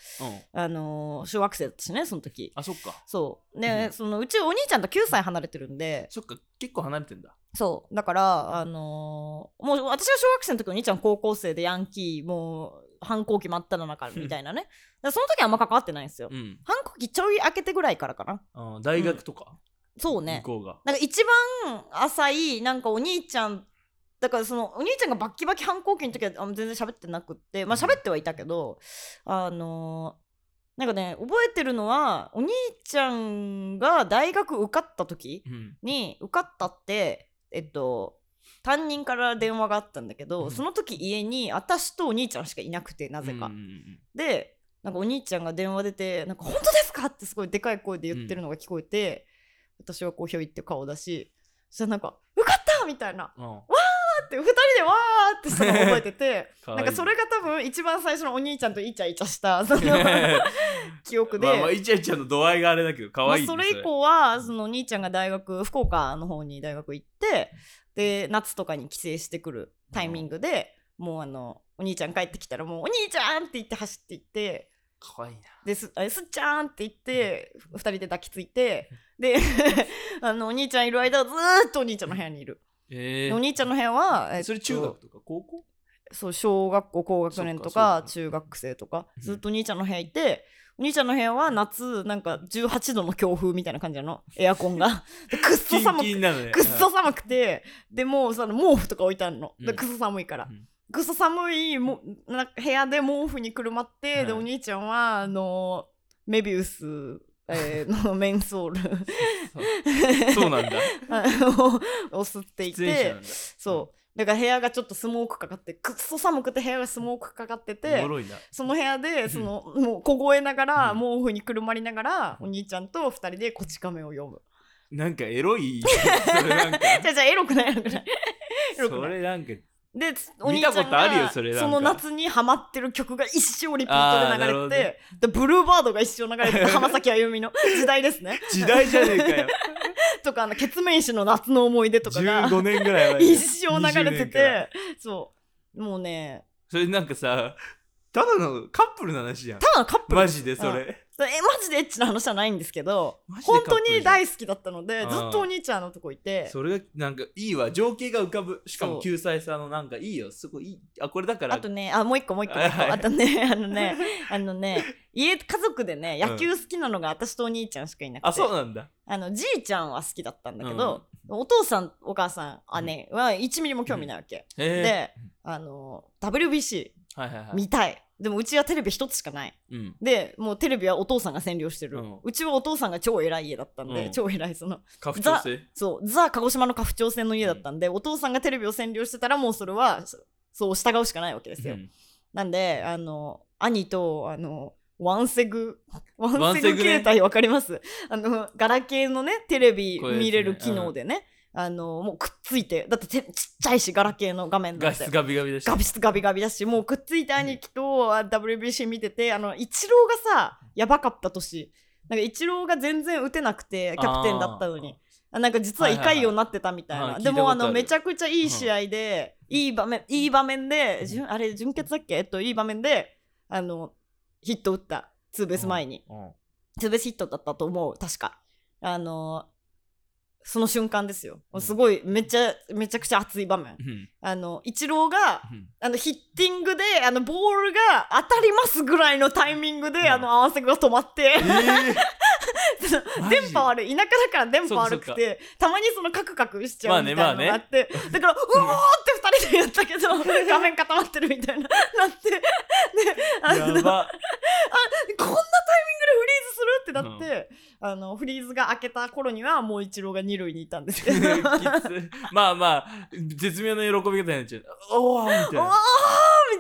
Speaker 2: うん、
Speaker 3: あのー小学生だったしねその時
Speaker 2: あ、そっか。
Speaker 3: そうね、
Speaker 2: うん
Speaker 3: そのうちお兄ちゃんと9歳離れてるんで
Speaker 2: そっか、結構離れてんだ。
Speaker 3: そうだからあのーもう私が小学生の時お兄ちゃん高校生でヤンキーもう反抗期真っ只中みたいなねだからその時はあんま関わってないんですよ
Speaker 2: うん。
Speaker 3: 反抗期ちょい明けてぐらいからかな
Speaker 2: あ大学とか、
Speaker 3: そうね
Speaker 2: 向こうが。
Speaker 3: なんか一番浅いなんかお兄ちゃんだからそのお兄ちゃんがバッキバキ反抗期の時はあの全然喋ってなくってまあ喋ってはいたけどあのなんかね覚えてるのはお兄ちゃんが大学受かった時
Speaker 2: うん
Speaker 3: に受かったってえっと担任から電話があったんだけど、
Speaker 2: うん
Speaker 3: その時家に私とお兄ちゃんしかいなくてなぜか、
Speaker 2: うんうんうん
Speaker 3: でなんかお兄ちゃんが電話出て「なんか本当ですか?」ってすごいでかい声で言ってるのが聞こえて、私はこうひょいって顔だしそしたらなんか「受かった!」みたいな
Speaker 2: うん
Speaker 3: だって2人でわーってしたのを覚えてて
Speaker 2: かわい
Speaker 3: ないんかそれが多分一番最初のお兄ちゃんとイチャイ チャしたその記憶で、
Speaker 2: まあまあイチャイチャの度合いがあれだけど可愛いね
Speaker 3: まあそれ以降はそのお兄ちゃんが大学福岡の方に大学行ってで夏とかに帰省してくるタイミングで、もうあのお兄ちゃん帰ってきたらもう「お兄ちゃん!」って言って走って行って。
Speaker 2: 可愛いな
Speaker 3: です あすっちゃーんって言って2人で抱きついて であのお兄ちゃんいる間はずーっとお兄ちゃんの部屋にいる、
Speaker 2: え
Speaker 3: お兄ちゃんの部屋は、えっと
Speaker 2: それ中学とか高校
Speaker 3: そう小学校高学年と
Speaker 2: そっかそ
Speaker 3: か
Speaker 2: っか
Speaker 3: 中学生とか
Speaker 2: うん
Speaker 3: ずっとお兄ちゃんの部屋いて、お兄ちゃんの部屋は夏なんか18度の強風みたいな感じなのエアコ ンがでくっそ
Speaker 2: キン
Speaker 3: 寒
Speaker 2: キ
Speaker 3: く
Speaker 2: ンなのね
Speaker 3: くっそ寒くてでもうその毛布とか置いてあるの、
Speaker 2: うん
Speaker 3: でくっそ寒いから、
Speaker 2: うん
Speaker 3: くっそ寒いもな部屋で毛布にくるまって、で
Speaker 2: うん
Speaker 3: お兄ちゃんはあのメビウス、え ーのメンソール
Speaker 2: うんそう なんだ
Speaker 3: あのを吸ってい
Speaker 2: 出演者
Speaker 3: て
Speaker 2: なんだ
Speaker 3: そうだから部屋がちょっとスモークかかってくっそ寒くて部屋がスモークかかって
Speaker 2: お
Speaker 3: て
Speaker 2: もろいな
Speaker 3: その部屋でそのもう凍えながら
Speaker 2: うん
Speaker 3: 毛布にくるまりながら
Speaker 2: う
Speaker 3: お兄ちゃんと二人で「こち亀」を読む。
Speaker 2: なんかエロい それなんか
Speaker 3: じゃあじゃあエロくないエロくない。エロく
Speaker 2: そ
Speaker 3: ない
Speaker 2: れなんか
Speaker 3: でお兄ちゃん
Speaker 2: 見たことあるよ
Speaker 3: が
Speaker 2: それなんか
Speaker 3: その夏にハマってる曲が一生リピートで
Speaker 2: あーなる
Speaker 3: 流
Speaker 2: ほど
Speaker 3: れて、
Speaker 2: ね
Speaker 3: でブルーバードが一生流 れて浜崎あゆみの時代ですね
Speaker 2: 時代じゃねえかよ
Speaker 3: とかあのケツメイシの夏の思い 出とかが
Speaker 2: 15年ぐらい前
Speaker 3: 一生流れ
Speaker 2: 20
Speaker 3: て
Speaker 2: 年から
Speaker 3: てそうもうね
Speaker 2: それなんかさただのカップルの話じゃん
Speaker 3: ただのカップル
Speaker 2: マ
Speaker 3: え
Speaker 2: ジでそれ
Speaker 3: マジでエッチな話じゃないんですけど
Speaker 2: マジでカッ
Speaker 3: 本
Speaker 2: プル
Speaker 3: 当に大好きだったので
Speaker 2: うん
Speaker 3: ずっとお兄ちゃんのとこいて
Speaker 2: それがなんかいいわ情景が浮かぶしか
Speaker 3: そ
Speaker 2: も
Speaker 3: う
Speaker 2: 救済さんのなんかいいよすごいいいあこれだから
Speaker 3: あとねあもう一個もう一個もう一個
Speaker 2: はい
Speaker 3: あとねあのねあのね家家族でね野球好きなのが私とお兄ちゃんしかいなくて、
Speaker 2: あそうなんだ
Speaker 3: あのじいちゃんは好きだったんだけど、お父さんお母さん姉は1ミリも興味ないわけ、
Speaker 2: え
Speaker 3: であの WBC
Speaker 2: ー、はいはいはい
Speaker 3: 見たい、でもうちはテレビ一つしかない
Speaker 2: うん
Speaker 3: でもうテレビはお父さんが占領してる、
Speaker 2: う
Speaker 3: うんちはお父さんが超偉い家だったんで、
Speaker 2: うん
Speaker 3: 超偉いその
Speaker 2: 家父長制
Speaker 3: そうザ鹿児島の家父長制の家だったんで、お父さんがテレビを占領してたらもうそれはそそう従うしかないわけですよ、
Speaker 2: うん
Speaker 3: なんであの兄とあのワンセ グワ
Speaker 2: ワン
Speaker 3: ン
Speaker 2: セ
Speaker 3: セ
Speaker 2: グね
Speaker 3: グ携帯わかりますあのガラケーのねテレビ
Speaker 2: こういうやつね
Speaker 3: 見れる機能でねあのもうくっついてだっててちっちゃいしガラケーの画面だ
Speaker 2: 画
Speaker 3: って
Speaker 2: 質ガビガビだし
Speaker 3: ガビスガビガビだしもうくっついて兄貴とあ WBC 見ててあのイチローがさやばかった年なんかイチローが全然打てなくてキャプテンだったのにあなんか実は
Speaker 2: はいはいはい
Speaker 3: 胃ようになってたみたいな、
Speaker 2: はい聞いた
Speaker 3: で
Speaker 2: こと
Speaker 3: も
Speaker 2: あ
Speaker 3: あ
Speaker 2: る
Speaker 3: のめちゃくちゃいい試合で、いい場面いい場面でじゅんあれ準決だっけえっといい場面であのヒット打ったツーベース前に、
Speaker 2: うんうん
Speaker 3: ツーベースヒットだったと思う確かあのその瞬間ですよ
Speaker 2: うん
Speaker 3: すごいめっちゃめちゃくちゃ熱い場面
Speaker 2: うん
Speaker 3: あのイチローが
Speaker 2: うん
Speaker 3: あのヒッティングであのボールが当たりますぐらいのタイミングで、
Speaker 2: うん
Speaker 3: あの合わせが止まって
Speaker 2: え
Speaker 3: その
Speaker 2: マジ
Speaker 3: 電波悪い田舎だから電波悪
Speaker 2: そ
Speaker 3: く
Speaker 2: うか
Speaker 3: てたまにそのカクカクしちゃうみたいなのがあって、だからうおーって2人でやったけ ど画面固まってるみたいななってであ
Speaker 2: ー
Speaker 3: のこ
Speaker 2: や
Speaker 3: ん
Speaker 2: ば
Speaker 3: なタイ ミングでフリーズするってなって、あのフリーズが開けた頃にはもうイチローが2塁にいたんです け
Speaker 2: き
Speaker 3: ど。
Speaker 2: つまあまあ絶妙な喜び方になっちゃうおおみたい
Speaker 3: おー
Speaker 2: な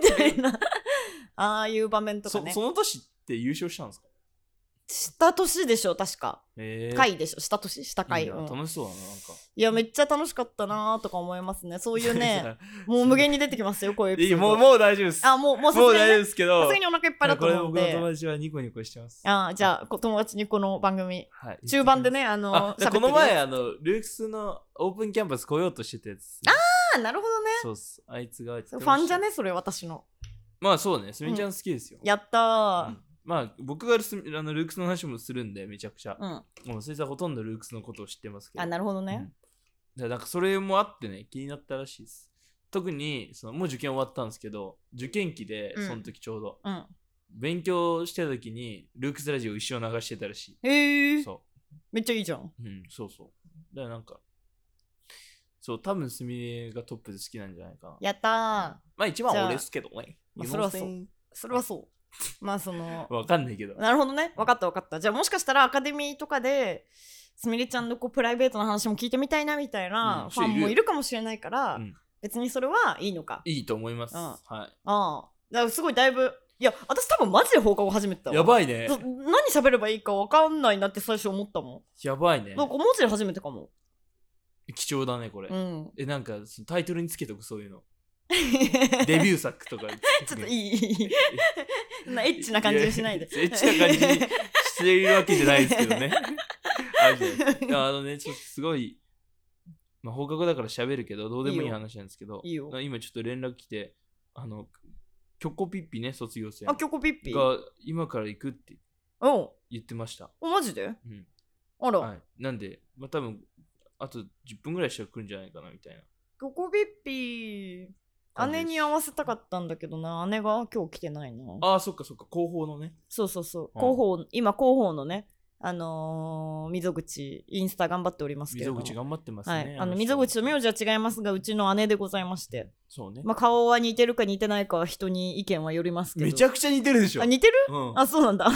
Speaker 3: みたいなああいう場面とか
Speaker 2: そ
Speaker 3: ね
Speaker 2: その年って優勝したんですか
Speaker 3: した年でしょ確か
Speaker 2: えー
Speaker 3: 回でしょ下年下
Speaker 2: い
Speaker 3: 回
Speaker 2: いな
Speaker 3: うん
Speaker 2: 楽しそうだななんか
Speaker 3: いやめっちゃ楽しかったなーとか思いますねそうい うね
Speaker 2: さ
Speaker 3: もう無限に出てきますよこういうエピ
Speaker 2: い
Speaker 3: ソ
Speaker 2: い
Speaker 3: ード
Speaker 2: もうもう大丈夫です
Speaker 3: あもうもうさす
Speaker 2: もう
Speaker 3: が
Speaker 2: 大
Speaker 3: に
Speaker 2: 丈夫
Speaker 3: ね
Speaker 2: ですけ
Speaker 3: さ
Speaker 2: ど
Speaker 3: すがにお腹いっぱいだと
Speaker 2: これ
Speaker 3: 思うん
Speaker 2: 僕の友
Speaker 3: で
Speaker 2: 達はニコニコしてます
Speaker 3: あじゃあこ友達にこの番組
Speaker 2: はい
Speaker 3: 中盤でねあの
Speaker 2: あ
Speaker 3: 喋って
Speaker 2: こ
Speaker 3: る
Speaker 2: の前あのルークスのオープンキャンパス来ようとしてたやつ
Speaker 3: あなるほどね
Speaker 2: そうっすあいつが
Speaker 3: ファンじゃ
Speaker 2: ね
Speaker 3: ねそれ私の
Speaker 2: まあそうねすみちゃん好きですよ
Speaker 3: やった
Speaker 2: う
Speaker 3: ー
Speaker 2: んまあ僕がすみあのルークスの話もするんでめちゃくちゃ
Speaker 3: うん、
Speaker 2: もうそいつはほとんどルークスのことを知ってますけど
Speaker 3: あなるほどね、
Speaker 2: うん、でなんかそれもあってね気になったらしいです特にそのもう受験終わったんですけど受験期で
Speaker 3: うん
Speaker 2: その時ちょうど、
Speaker 3: うん
Speaker 2: 勉強してた時にルークスラジオ一生流してたらし
Speaker 3: へえ
Speaker 2: い
Speaker 3: ー、
Speaker 2: そ
Speaker 3: めっちゃいいじゃん
Speaker 2: う、うん、そうそうだからなんかそう、多分すみれがトップで好きなんじゃないかな。
Speaker 3: やったー
Speaker 2: まあ一番
Speaker 3: じゃあ
Speaker 2: は俺ですけどね。
Speaker 3: まあ
Speaker 2: 日
Speaker 3: それは
Speaker 2: 本
Speaker 3: そう
Speaker 2: 戦
Speaker 3: それはそうまあその
Speaker 2: わかんないけど。
Speaker 3: なるほどね分かった分かったじゃあもしかしたらアカデミーとかですみれちゃんのこうプライベートの話も聞いてみたいなみたいな
Speaker 2: うん
Speaker 3: ファン
Speaker 2: いる
Speaker 3: もいるかもしれないから、
Speaker 2: うん
Speaker 3: 別にそれはいいのか
Speaker 2: いいと思います。
Speaker 3: うん
Speaker 2: は
Speaker 3: ああだからすごいだいぶいや私多分マジで放課後初めてだ
Speaker 2: い。
Speaker 3: わ
Speaker 2: やばいね
Speaker 3: そ。何喋ればいいか分かんないなって最初思ったも
Speaker 2: やばいね
Speaker 3: ん。なんか文字で初めてかも
Speaker 2: 貴重だね、これ。
Speaker 3: うん
Speaker 2: え、なんかそのタイトルにつけとく、そういう の。デビュー作とか。
Speaker 3: ちょっと
Speaker 2: い。
Speaker 3: いいいいいいそんなエッチな感じにしないで
Speaker 2: やエッチな感じにしているわけじゃないですけど ね。マジでいやあのね、ちょっとすごい、まあ、放課後だから喋るけど、どうでもい
Speaker 3: いい
Speaker 2: い
Speaker 3: よ
Speaker 2: 話なんですけど、
Speaker 3: いいよ
Speaker 2: 今ちょっと連絡来て、あの、キョコピッピね、卒業生
Speaker 3: あキョコピッピ
Speaker 2: が今から行くって
Speaker 3: おう
Speaker 2: 言ってました。
Speaker 3: おマジで
Speaker 2: うん
Speaker 3: あら、
Speaker 2: はい、なんで、まあ、多分あと10分ぐらいしたら来るんじゃないかなみたいな
Speaker 3: キョコピッピ
Speaker 2: 感じです。
Speaker 3: 姉に合わせたかったんだけどな姉が今日来てないな
Speaker 2: ああ、そっかそっか、後方のね。
Speaker 3: そうそうそう
Speaker 2: うん
Speaker 3: 広報今広報のねあのー溝口インスタ頑張っておりますけれ
Speaker 2: 溝
Speaker 3: ども
Speaker 2: 口頑張ってますね。
Speaker 3: はい、あの
Speaker 2: 人
Speaker 3: 溝口と名字は違いますがうちの姉でございまして、
Speaker 2: そうね、
Speaker 3: まあ、顔は似てるか似てないかは人に意見はよりますけど
Speaker 2: めちゃくちゃ似てるでしょ
Speaker 3: あ。似てる
Speaker 2: うん、
Speaker 3: あそうなんだ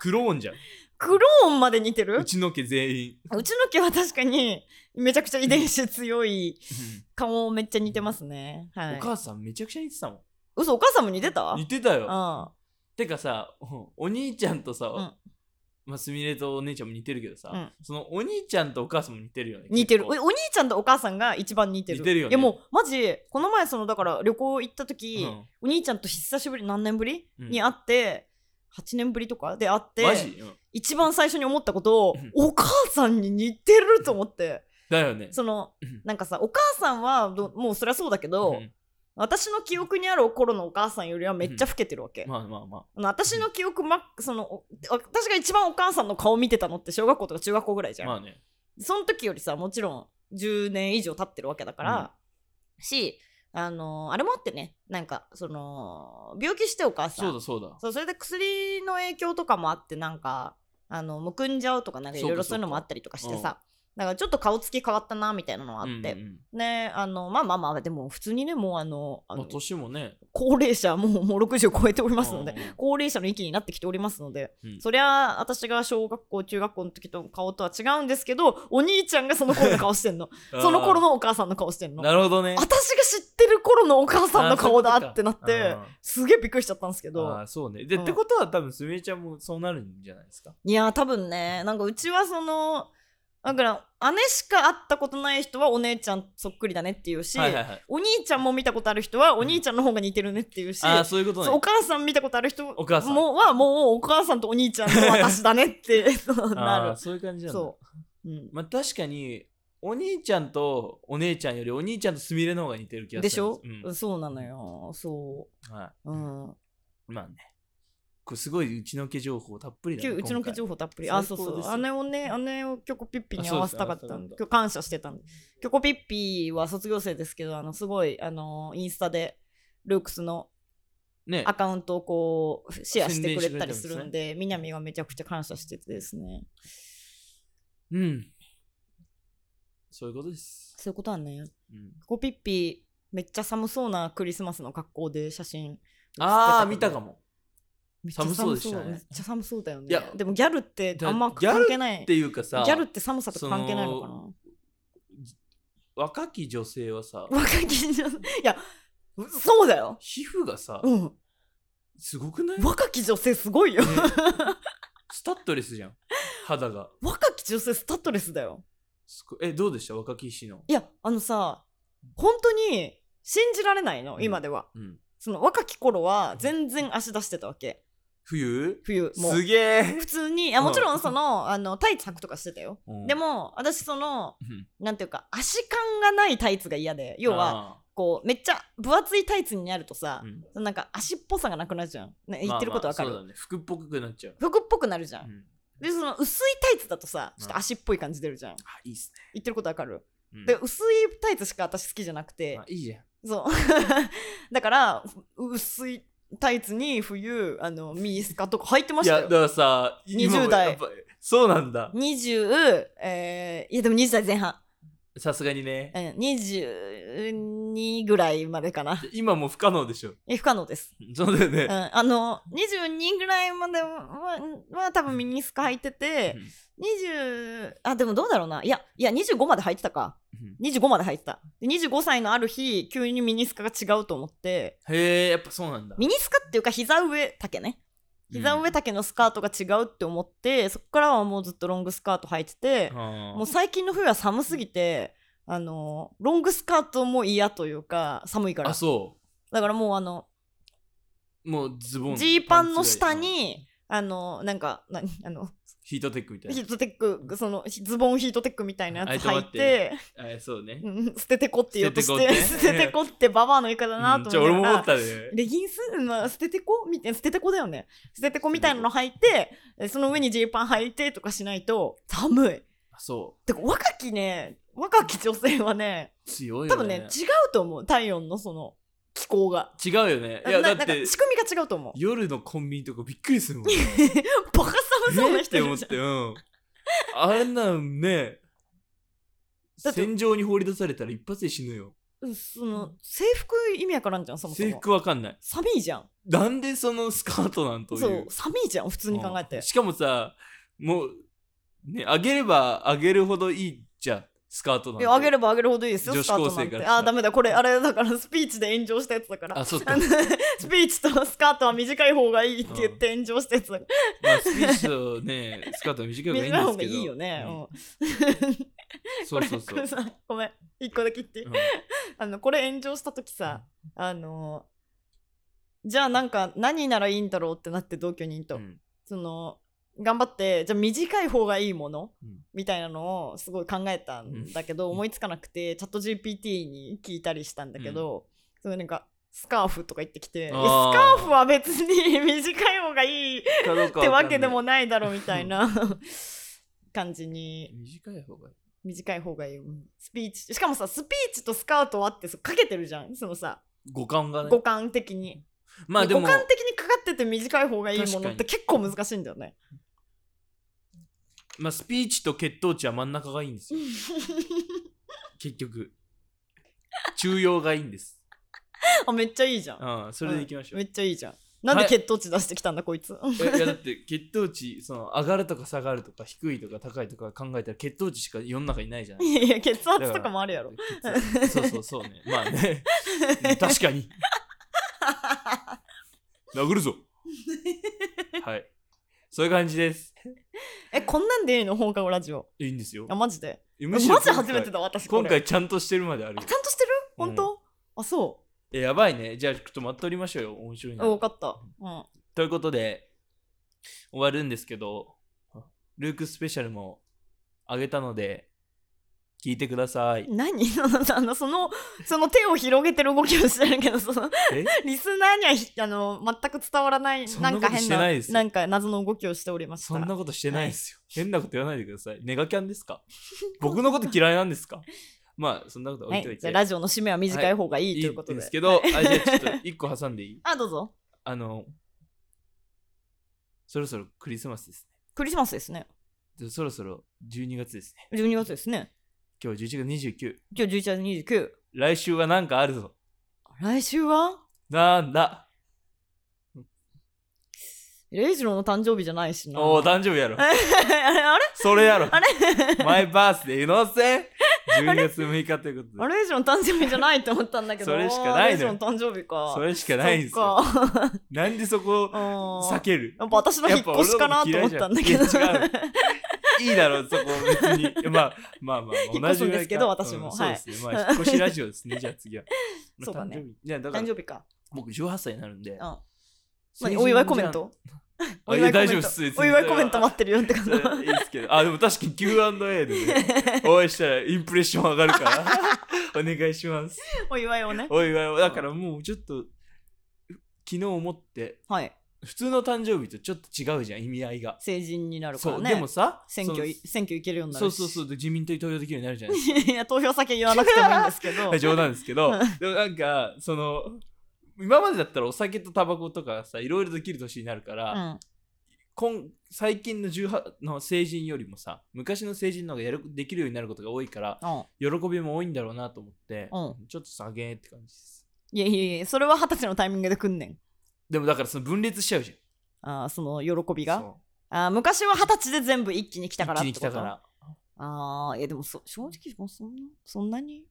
Speaker 2: クローンじゃん。
Speaker 3: クローンまで似てる
Speaker 2: うちの家全員。
Speaker 3: うちの家は確かにめちゃくちゃ遺伝子強い顔めっちゃ似てますね。 は
Speaker 2: お
Speaker 3: い。
Speaker 2: 母さんめちゃくちゃ似てたも
Speaker 3: 嘘お母さんも似てた
Speaker 2: ん。似てた
Speaker 3: うん。
Speaker 2: よ。
Speaker 3: あ
Speaker 2: てかさ、 お兄ちゃんとさ、
Speaker 3: うん
Speaker 2: まあ、すみれとお姉ちゃんも似てるけどさ、
Speaker 3: うん
Speaker 2: そのお兄ちゃんとお母さんも似てるよね。
Speaker 3: 似てるおお
Speaker 2: 結構
Speaker 3: 兄ちゃんとお母さんが一番似てる。
Speaker 2: 似てるよね
Speaker 3: いやもうマジこの前そのだから旅行行った時、
Speaker 2: うん
Speaker 3: お兄ちゃんと久しぶり何年ぶり、
Speaker 2: うん
Speaker 3: に会って8年ぶりとかで会って
Speaker 2: マジ、うん
Speaker 3: 一番最初に思ったことを、
Speaker 2: うん
Speaker 3: お母さんに似てると思って
Speaker 2: だよね。
Speaker 3: その
Speaker 2: うん
Speaker 3: なんかさお母さんはどもうそりゃそうだけど、
Speaker 2: ん
Speaker 3: 私の記憶にある頃のお母さんよりはめっちゃ老けてるわけ。
Speaker 2: まあまあまあ。
Speaker 3: あの私の記憶、ま、そのお私が一番お母さんの顔見てたのって小学校とか中学校ぐらいじゃん、
Speaker 2: まあね。
Speaker 3: その時よりさもちろん10年以上経ってるわけだから、しあのーあれもあってねなんかその病気してお母さん
Speaker 2: そうだそうだ。
Speaker 3: そうそれで薬の影響とかもあってなんかあのむくんじゃうとかなんかいろいろそういうのもあったりとかして
Speaker 2: そうかそう
Speaker 3: さだからちょっと顔つき変わったなみたいなのはあって、
Speaker 2: うんうん
Speaker 3: ねあのまあまあまあでも普通にねもうあのあ
Speaker 2: まあ、
Speaker 3: の
Speaker 2: 年もね。
Speaker 3: 高齢者もうもう60超えておりますので
Speaker 2: うんうん
Speaker 3: 高齢者の域になってきておりますので、
Speaker 2: うん
Speaker 3: そりゃ私が小学校中学校の時と顔とは違うんですけどお兄ちゃんがその頃の顔して んの その頃のお母さんの顔してん
Speaker 2: あー
Speaker 3: の
Speaker 2: なるほどね。
Speaker 3: 私が知ってる頃のお母さんの顔だ
Speaker 2: あーそういうことか
Speaker 3: ってなって
Speaker 2: あー
Speaker 3: すげえびっくりしちゃったんですけ
Speaker 2: あ
Speaker 3: ど
Speaker 2: あそうね。で、
Speaker 3: うん
Speaker 2: ってことは多分すみれちゃんもそうなるんじゃないですか。
Speaker 3: いやー多分ねなんかうちはそのだから姉しか会ったことない人はお姉ちゃんそっくりだねっていうし、
Speaker 2: はいはいはい。
Speaker 3: お兄ちゃんも見たことある人はお兄ちゃんの方が似てるねっていうし、
Speaker 2: ああそういうこと
Speaker 3: そうお
Speaker 2: ね。
Speaker 3: 母さん見たことある人も
Speaker 2: お母さん
Speaker 3: はもうお母さんとお兄ちゃんの私だねって そう
Speaker 2: あ
Speaker 3: な
Speaker 2: あそういう感じ
Speaker 3: る
Speaker 2: なんだ。
Speaker 3: そう、うん、
Speaker 2: まあ確かにお兄ちゃんとお姉ちゃんよりお兄ちゃんとすみれの方が似てる気がするん
Speaker 3: でしょ、
Speaker 2: うん
Speaker 3: そうなのよそ
Speaker 2: は
Speaker 3: う、うん、
Speaker 2: い。まあね。これすごいうちの家情報たっぷりだね。
Speaker 3: 今日うちの家情
Speaker 2: 報。
Speaker 3: 報たっぷり
Speaker 2: 最高
Speaker 3: あそうそ
Speaker 2: です
Speaker 3: う
Speaker 2: よ
Speaker 3: 姉をね姉をキョコピッピに合わせたかった
Speaker 2: あそう
Speaker 3: んで
Speaker 2: です
Speaker 3: 今日感謝してたんでキョコピッピは卒業生ですけどあのすごいあのインスタでルークスの
Speaker 2: ね。
Speaker 3: アカウントをこうシェアしてくれたりするん
Speaker 2: 宣伝してくれ
Speaker 3: で南がめちゃくちゃ感謝しててですね
Speaker 2: うん。そういうことです。
Speaker 3: そういうことはね
Speaker 2: うん、
Speaker 3: キョコピッピめっちゃ寒そうなクリスマスの格好で写真写ってたけど
Speaker 2: ああ、見たかも。
Speaker 3: めっちゃ
Speaker 2: 寒そうでしたね
Speaker 3: めっちゃ寒そうだよね
Speaker 2: いや
Speaker 3: でもギャルってあんま
Speaker 2: だギャルっ
Speaker 3: 関係ない
Speaker 2: っていうかさ、
Speaker 3: ギャルって寒さとか関係ないのかな
Speaker 2: そ若き女性はさ、
Speaker 3: 若き女性いやそうだよ
Speaker 2: 皮膚がさ、
Speaker 3: うん
Speaker 2: すごくない
Speaker 3: 若き女性すごいよ、
Speaker 2: ねスタッドレスじゃん肌が
Speaker 3: 若き女性スタッドレスだよ
Speaker 2: すごいえどうでした若き石の
Speaker 3: いやあのさ本当に信じられないの、
Speaker 2: うん
Speaker 3: 今では
Speaker 2: うん
Speaker 3: その若き頃は全然足出してたわけ
Speaker 2: 冬
Speaker 3: 冬も
Speaker 2: す
Speaker 3: う
Speaker 2: げえ
Speaker 3: 普通にいやもちろんその,、あのタイツ履くとかしてたよ、
Speaker 2: うん
Speaker 3: でも私その
Speaker 2: うん
Speaker 3: なんていうか足感がないタイツが嫌で要は
Speaker 2: あ
Speaker 3: こうめっちゃ分厚いタイツになるとさ
Speaker 2: ー、うん
Speaker 3: なんか足っぽさがなくなるじゃん、ね、言ってることわかる、
Speaker 2: まあまあそうだね服っぽくなっちゃう
Speaker 3: 服っぽくなるじゃん、
Speaker 2: うん
Speaker 3: でその薄いタイツだとさちょっと足っぽい感じ出るじゃん、
Speaker 2: あいいっす
Speaker 3: 言ってることわかる、
Speaker 2: ね
Speaker 3: で薄いタイツしか私好きじゃなくて、
Speaker 2: うんあいいじゃん
Speaker 3: そう だからう薄いタイツに冬あのミースカとか履いてま
Speaker 2: い
Speaker 3: した
Speaker 2: やだ
Speaker 3: よ
Speaker 2: からさ今も
Speaker 3: 20代
Speaker 2: やっぱそうなんだ
Speaker 3: 20えーいやでも20代前半
Speaker 2: さすがにね
Speaker 3: うん、22ぐらいまでかな。
Speaker 2: 今もう不可能でしょ
Speaker 3: え、不可能です。
Speaker 2: そうだよ
Speaker 3: うん、
Speaker 2: ね、
Speaker 3: あの、22ぐらいまでは、は多分ミニスカ履いてて、20、あ、でもどうだろうな。いや、いや、25まで履いてたか。
Speaker 2: うん
Speaker 3: 25まで履いてた。で25歳のある日、急にミニスカが違うと思って、
Speaker 2: へえやっぱそうなんだ
Speaker 3: ミニスカっていうか、膝上丈ね。膝上丈のスカートが違うって思って、そこからはもうずっとロングスカート履いてて、も
Speaker 2: も
Speaker 3: う最近の冬は寒すぎて、あの、ロングスカートも嫌というか、寒いから
Speaker 2: あ。そ
Speaker 3: だからもうあの、
Speaker 2: うもうズボン
Speaker 3: ジーパンの下
Speaker 2: パンツぐらい
Speaker 3: に、あの、なんか、何あの、
Speaker 2: ヒートテックみたい
Speaker 3: ヒ
Speaker 2: な
Speaker 3: ートテック、その、ズボンヒートテックみたいなやつ
Speaker 2: あ
Speaker 3: 履
Speaker 2: え
Speaker 3: い
Speaker 2: て
Speaker 3: て、
Speaker 2: あそうね
Speaker 3: うん捨ててこって言おうとして、
Speaker 2: 捨
Speaker 3: 捨
Speaker 2: て
Speaker 3: て
Speaker 2: て
Speaker 3: て
Speaker 2: こ
Speaker 3: こってババアの言い方だな
Speaker 2: うん
Speaker 3: と
Speaker 2: ちょ
Speaker 3: 思
Speaker 2: 俺
Speaker 3: い
Speaker 2: も
Speaker 3: なが
Speaker 2: 思
Speaker 3: ら
Speaker 2: ったね
Speaker 3: レギンス、まあ、捨ててこみたいな、捨ててこだよね。捨ててこみたいなの履いて、えその上にジーパン履いてとかしないと、寒い。
Speaker 2: あそ
Speaker 3: てか、若きね、若き女性はね、
Speaker 2: う強いよね
Speaker 3: 多分ね、違うと思う。体温のその、気候が。
Speaker 2: 違うよねいやだ
Speaker 3: な
Speaker 2: っ
Speaker 3: なん
Speaker 2: て
Speaker 3: か仕組みが違うと思う。
Speaker 2: 夜のコンビニとかびっくりするもん
Speaker 3: バカ寒そうな
Speaker 2: えっ
Speaker 3: 人
Speaker 2: て
Speaker 3: い
Speaker 2: 思
Speaker 3: る
Speaker 2: っ
Speaker 3: じゃん
Speaker 2: てうんあんなんね
Speaker 3: だって
Speaker 2: 戦場に放り出されたら一発で死ぬよ
Speaker 3: うんその制服意味わからんじゃんそもそも
Speaker 2: 制服わかんない
Speaker 3: 寒いじゃん
Speaker 2: なんでそのスカートなんという
Speaker 3: そう寒いじゃん普通に考え
Speaker 2: うん
Speaker 3: て
Speaker 2: しかもさもうね上げれば上げるほどいいじゃんスカートなん
Speaker 3: い
Speaker 2: て
Speaker 3: や上げれば上げるほどいいですよ
Speaker 2: 女
Speaker 3: スカ
Speaker 2: 子高
Speaker 3: ートな
Speaker 2: 生
Speaker 3: ん
Speaker 2: から
Speaker 3: て
Speaker 2: したら
Speaker 3: あーダメだこれあれだからスピーチで炎上したやつだから
Speaker 2: あそっか
Speaker 3: あのスピーチとスカートは短い方がいいって言って炎上したやつだか
Speaker 2: まあ、スピーチとね スカートは短
Speaker 3: ら
Speaker 2: い
Speaker 3: 短い
Speaker 2: 方がいい
Speaker 3: 方
Speaker 2: ん
Speaker 3: が
Speaker 2: で
Speaker 3: い
Speaker 2: すけど
Speaker 3: いよね、
Speaker 2: う
Speaker 3: うんん
Speaker 2: そうそうそ
Speaker 3: これ
Speaker 2: う、
Speaker 3: さごめん一個だけ言っていい、
Speaker 2: うん
Speaker 3: あのこれ炎上した時さあのじゃあなんか何ならいいんだろうってなって同居人と、
Speaker 2: うん
Speaker 3: その頑張ってじゃあ短い方がいいもの、
Speaker 2: うん
Speaker 3: みたいなのをすごい考えたんだけど、
Speaker 2: うん
Speaker 3: 思いつかなくてチャット GPT に聞いたりしたんだけど、それなんかスカーフとか言ってきていやスカ
Speaker 2: あー
Speaker 3: ーフは別に 短い方がいいっ
Speaker 2: かどうかわかんない
Speaker 3: てわけでもないだろみたいな感じに
Speaker 2: 短い方がいい
Speaker 3: 短い方がいいうんスピーチしかもさスピーチとスカートはってそうかけてるじゃんそのさ
Speaker 2: 五感がね
Speaker 3: 五感的に、
Speaker 2: まあ
Speaker 3: で
Speaker 2: でも
Speaker 3: 五感的にかかってて短い方がいいものって結構難しいんだよね
Speaker 2: まあ、スピーチと血糖値は真ん中がいいんですよ結局中庸がいいんです
Speaker 3: あめっちゃいいじゃん
Speaker 2: うんそれでいきましょう、
Speaker 3: めっちゃいいじゃんなんで
Speaker 2: はい
Speaker 3: 血糖値出してきたんだ、こいつ
Speaker 2: えいやだって血糖値その上がるとか下がるとか低いとか高いとか考えたら血糖値しか世の中にないじゃない
Speaker 3: いやいや血圧とかもあるやろ
Speaker 2: 血そうそうそうねまあね確かに殴るぞはいそういう感じです
Speaker 3: えこんなんでいいの放課後ラジオ
Speaker 2: いいんですよ
Speaker 3: あマジで
Speaker 2: え
Speaker 3: マ
Speaker 2: む
Speaker 3: ジ
Speaker 2: しろ今回
Speaker 3: 初めてだ私こ
Speaker 2: 今
Speaker 3: れ
Speaker 2: 回ちゃんとしてるまである
Speaker 3: あちゃんとしてる本当、あそ
Speaker 2: えやばいねじゃあちょっと待っておりましょうよ面白いうな
Speaker 3: 分かった、うん、
Speaker 2: ということで終わるんですけどルークスペシャルもあげたので聞いてください
Speaker 3: 何 あのそのその手を広げてる動きをしてるけどその
Speaker 2: え
Speaker 3: リスナーにはひあの全く伝わらない
Speaker 2: そんな
Speaker 3: な
Speaker 2: こ
Speaker 3: ん
Speaker 2: と
Speaker 3: か変
Speaker 2: して
Speaker 3: な
Speaker 2: ないですよ
Speaker 3: なんか謎の動きをしておりました
Speaker 2: そんなことしてないですよ、変なこと言わないでくださいネガキャンです か僕のこと嫌いなんですかまあそんなこと置
Speaker 3: はい
Speaker 2: とい
Speaker 3: い、
Speaker 2: て、
Speaker 3: じゃあラジオの締めは短い方がいいということ
Speaker 2: ん
Speaker 3: で、
Speaker 2: ですけど、あじゃあちょっと一個挟んでいい
Speaker 3: あどうぞ
Speaker 2: あのそろそろクリスマスです
Speaker 3: クリスマスですね
Speaker 2: ねでそろそろ12月ですね
Speaker 3: 12月ですね
Speaker 2: 今日11月29
Speaker 3: 今日11月29
Speaker 2: 来週はなんかあるぞ
Speaker 3: 来週は
Speaker 2: なんだ
Speaker 3: レイジローの誕生日じゃないしな。
Speaker 2: おお
Speaker 3: あ
Speaker 2: 誕生日やろ
Speaker 3: れ あれ
Speaker 2: それやろ
Speaker 3: あれ
Speaker 2: マイバースデーのせ12月6日ということ
Speaker 3: あ
Speaker 2: で
Speaker 3: レイジローの誕生日じゃないと思ったんだけ ど。
Speaker 2: それしかないのよ
Speaker 3: レイジローの誕生日か。
Speaker 2: それしかないんですよ
Speaker 3: そっか
Speaker 2: なんでそこ
Speaker 3: う
Speaker 2: を
Speaker 3: ん
Speaker 2: 避ける
Speaker 3: やっぱ私の引っ越しかなと思ったんだけど。
Speaker 2: い や違ういいだろうそこ別にまあまあまあまあ
Speaker 3: 引っ越すんですけど
Speaker 2: 同じぐらいかう
Speaker 3: 私も
Speaker 2: んそうですねまあ引っ越しラジオですねじゃあ 次は
Speaker 3: そうだね
Speaker 2: 誕生日いやだか
Speaker 3: 誕
Speaker 2: ら
Speaker 3: 生日か。
Speaker 2: 僕18歳になるんで
Speaker 3: うん。まあ
Speaker 2: 成人じゃん
Speaker 3: お祝いコメント
Speaker 2: あいや大丈夫
Speaker 3: お祝いコメン
Speaker 2: で
Speaker 3: ト
Speaker 2: す別に
Speaker 3: お祝いコメント待ってるよってこ
Speaker 2: そ
Speaker 3: と
Speaker 2: れ。はいいですけどあでも確かに Q&A でねお会いしたらインプレッション上がるから お願いします
Speaker 3: お祝いを ね。
Speaker 2: お祝いをだからもうちょっと昨日思って
Speaker 3: はい。
Speaker 2: 普通の誕生日とちょっと違うじゃん意味合いが、
Speaker 3: 成人になるか
Speaker 2: そ
Speaker 3: ら
Speaker 2: う
Speaker 3: ね。
Speaker 2: でもさ
Speaker 3: 選挙い、選挙行けるようにな
Speaker 2: そ
Speaker 3: る
Speaker 2: う
Speaker 3: し。
Speaker 2: そうそうそ
Speaker 3: う。
Speaker 2: うで自民党に投票できるようになるじゃないです
Speaker 3: いや、投票先言わなくてもいいんです けど
Speaker 2: か。冗談ですけど
Speaker 3: うん
Speaker 2: でもなんかその今までだったらお酒とタバコとかさいろいろできる年になるから、
Speaker 3: うん。
Speaker 2: 今最近の18の成人よりもさ昔の成人の方がやるできるようになることが多いから
Speaker 3: うん
Speaker 2: 喜びも多いんだろうなと思って、
Speaker 3: う
Speaker 2: ちょっと下げーって感じです
Speaker 3: いやいやいやそれは二十歳のタイミングで来んねん
Speaker 2: でもだからその分裂しちゃうじ
Speaker 3: あーその喜び
Speaker 2: ゃん
Speaker 3: が
Speaker 2: そう
Speaker 3: あー昔は二十歳で全部一気に来たから
Speaker 2: 一
Speaker 3: っ
Speaker 2: 気
Speaker 3: て
Speaker 2: に
Speaker 3: こ
Speaker 2: 来
Speaker 3: と
Speaker 2: たから
Speaker 3: ああいやでもそ正直もうそんなそんなに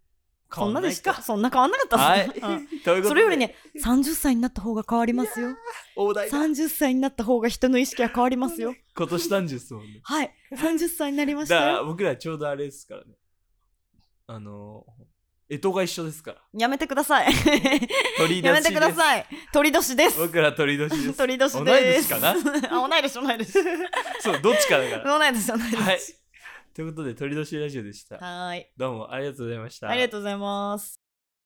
Speaker 2: 変
Speaker 3: そ
Speaker 2: わ
Speaker 3: ん
Speaker 2: ん
Speaker 3: ないですかそんな変わんなかった
Speaker 2: は
Speaker 3: っ
Speaker 2: い
Speaker 3: すね うん
Speaker 2: ということで
Speaker 3: それよりね30歳になった方が変わりますよ
Speaker 2: 大台だ
Speaker 3: 30歳になった方が人の意識は変わりますよ
Speaker 2: 今年30ですもん ね
Speaker 3: はい30歳になりま
Speaker 2: だ
Speaker 3: し
Speaker 2: か
Speaker 3: た
Speaker 2: ら
Speaker 3: よ
Speaker 2: 僕らちょうどあれですからねあのえとが一緒ですから
Speaker 3: やめてく ださい
Speaker 2: 鳥
Speaker 3: や
Speaker 2: 年
Speaker 3: め
Speaker 2: です
Speaker 3: てください鳥年です
Speaker 2: 僕ら鳥年です
Speaker 3: 鳥年
Speaker 2: 同い
Speaker 3: で
Speaker 2: 年
Speaker 3: す
Speaker 2: かな
Speaker 3: あ同い年同 い年
Speaker 2: そうどっちか だから
Speaker 3: 同い年同い年
Speaker 2: はいということで鳥年ラジオでした
Speaker 3: はーい
Speaker 2: どうもありがとうございました
Speaker 3: ありがとうございます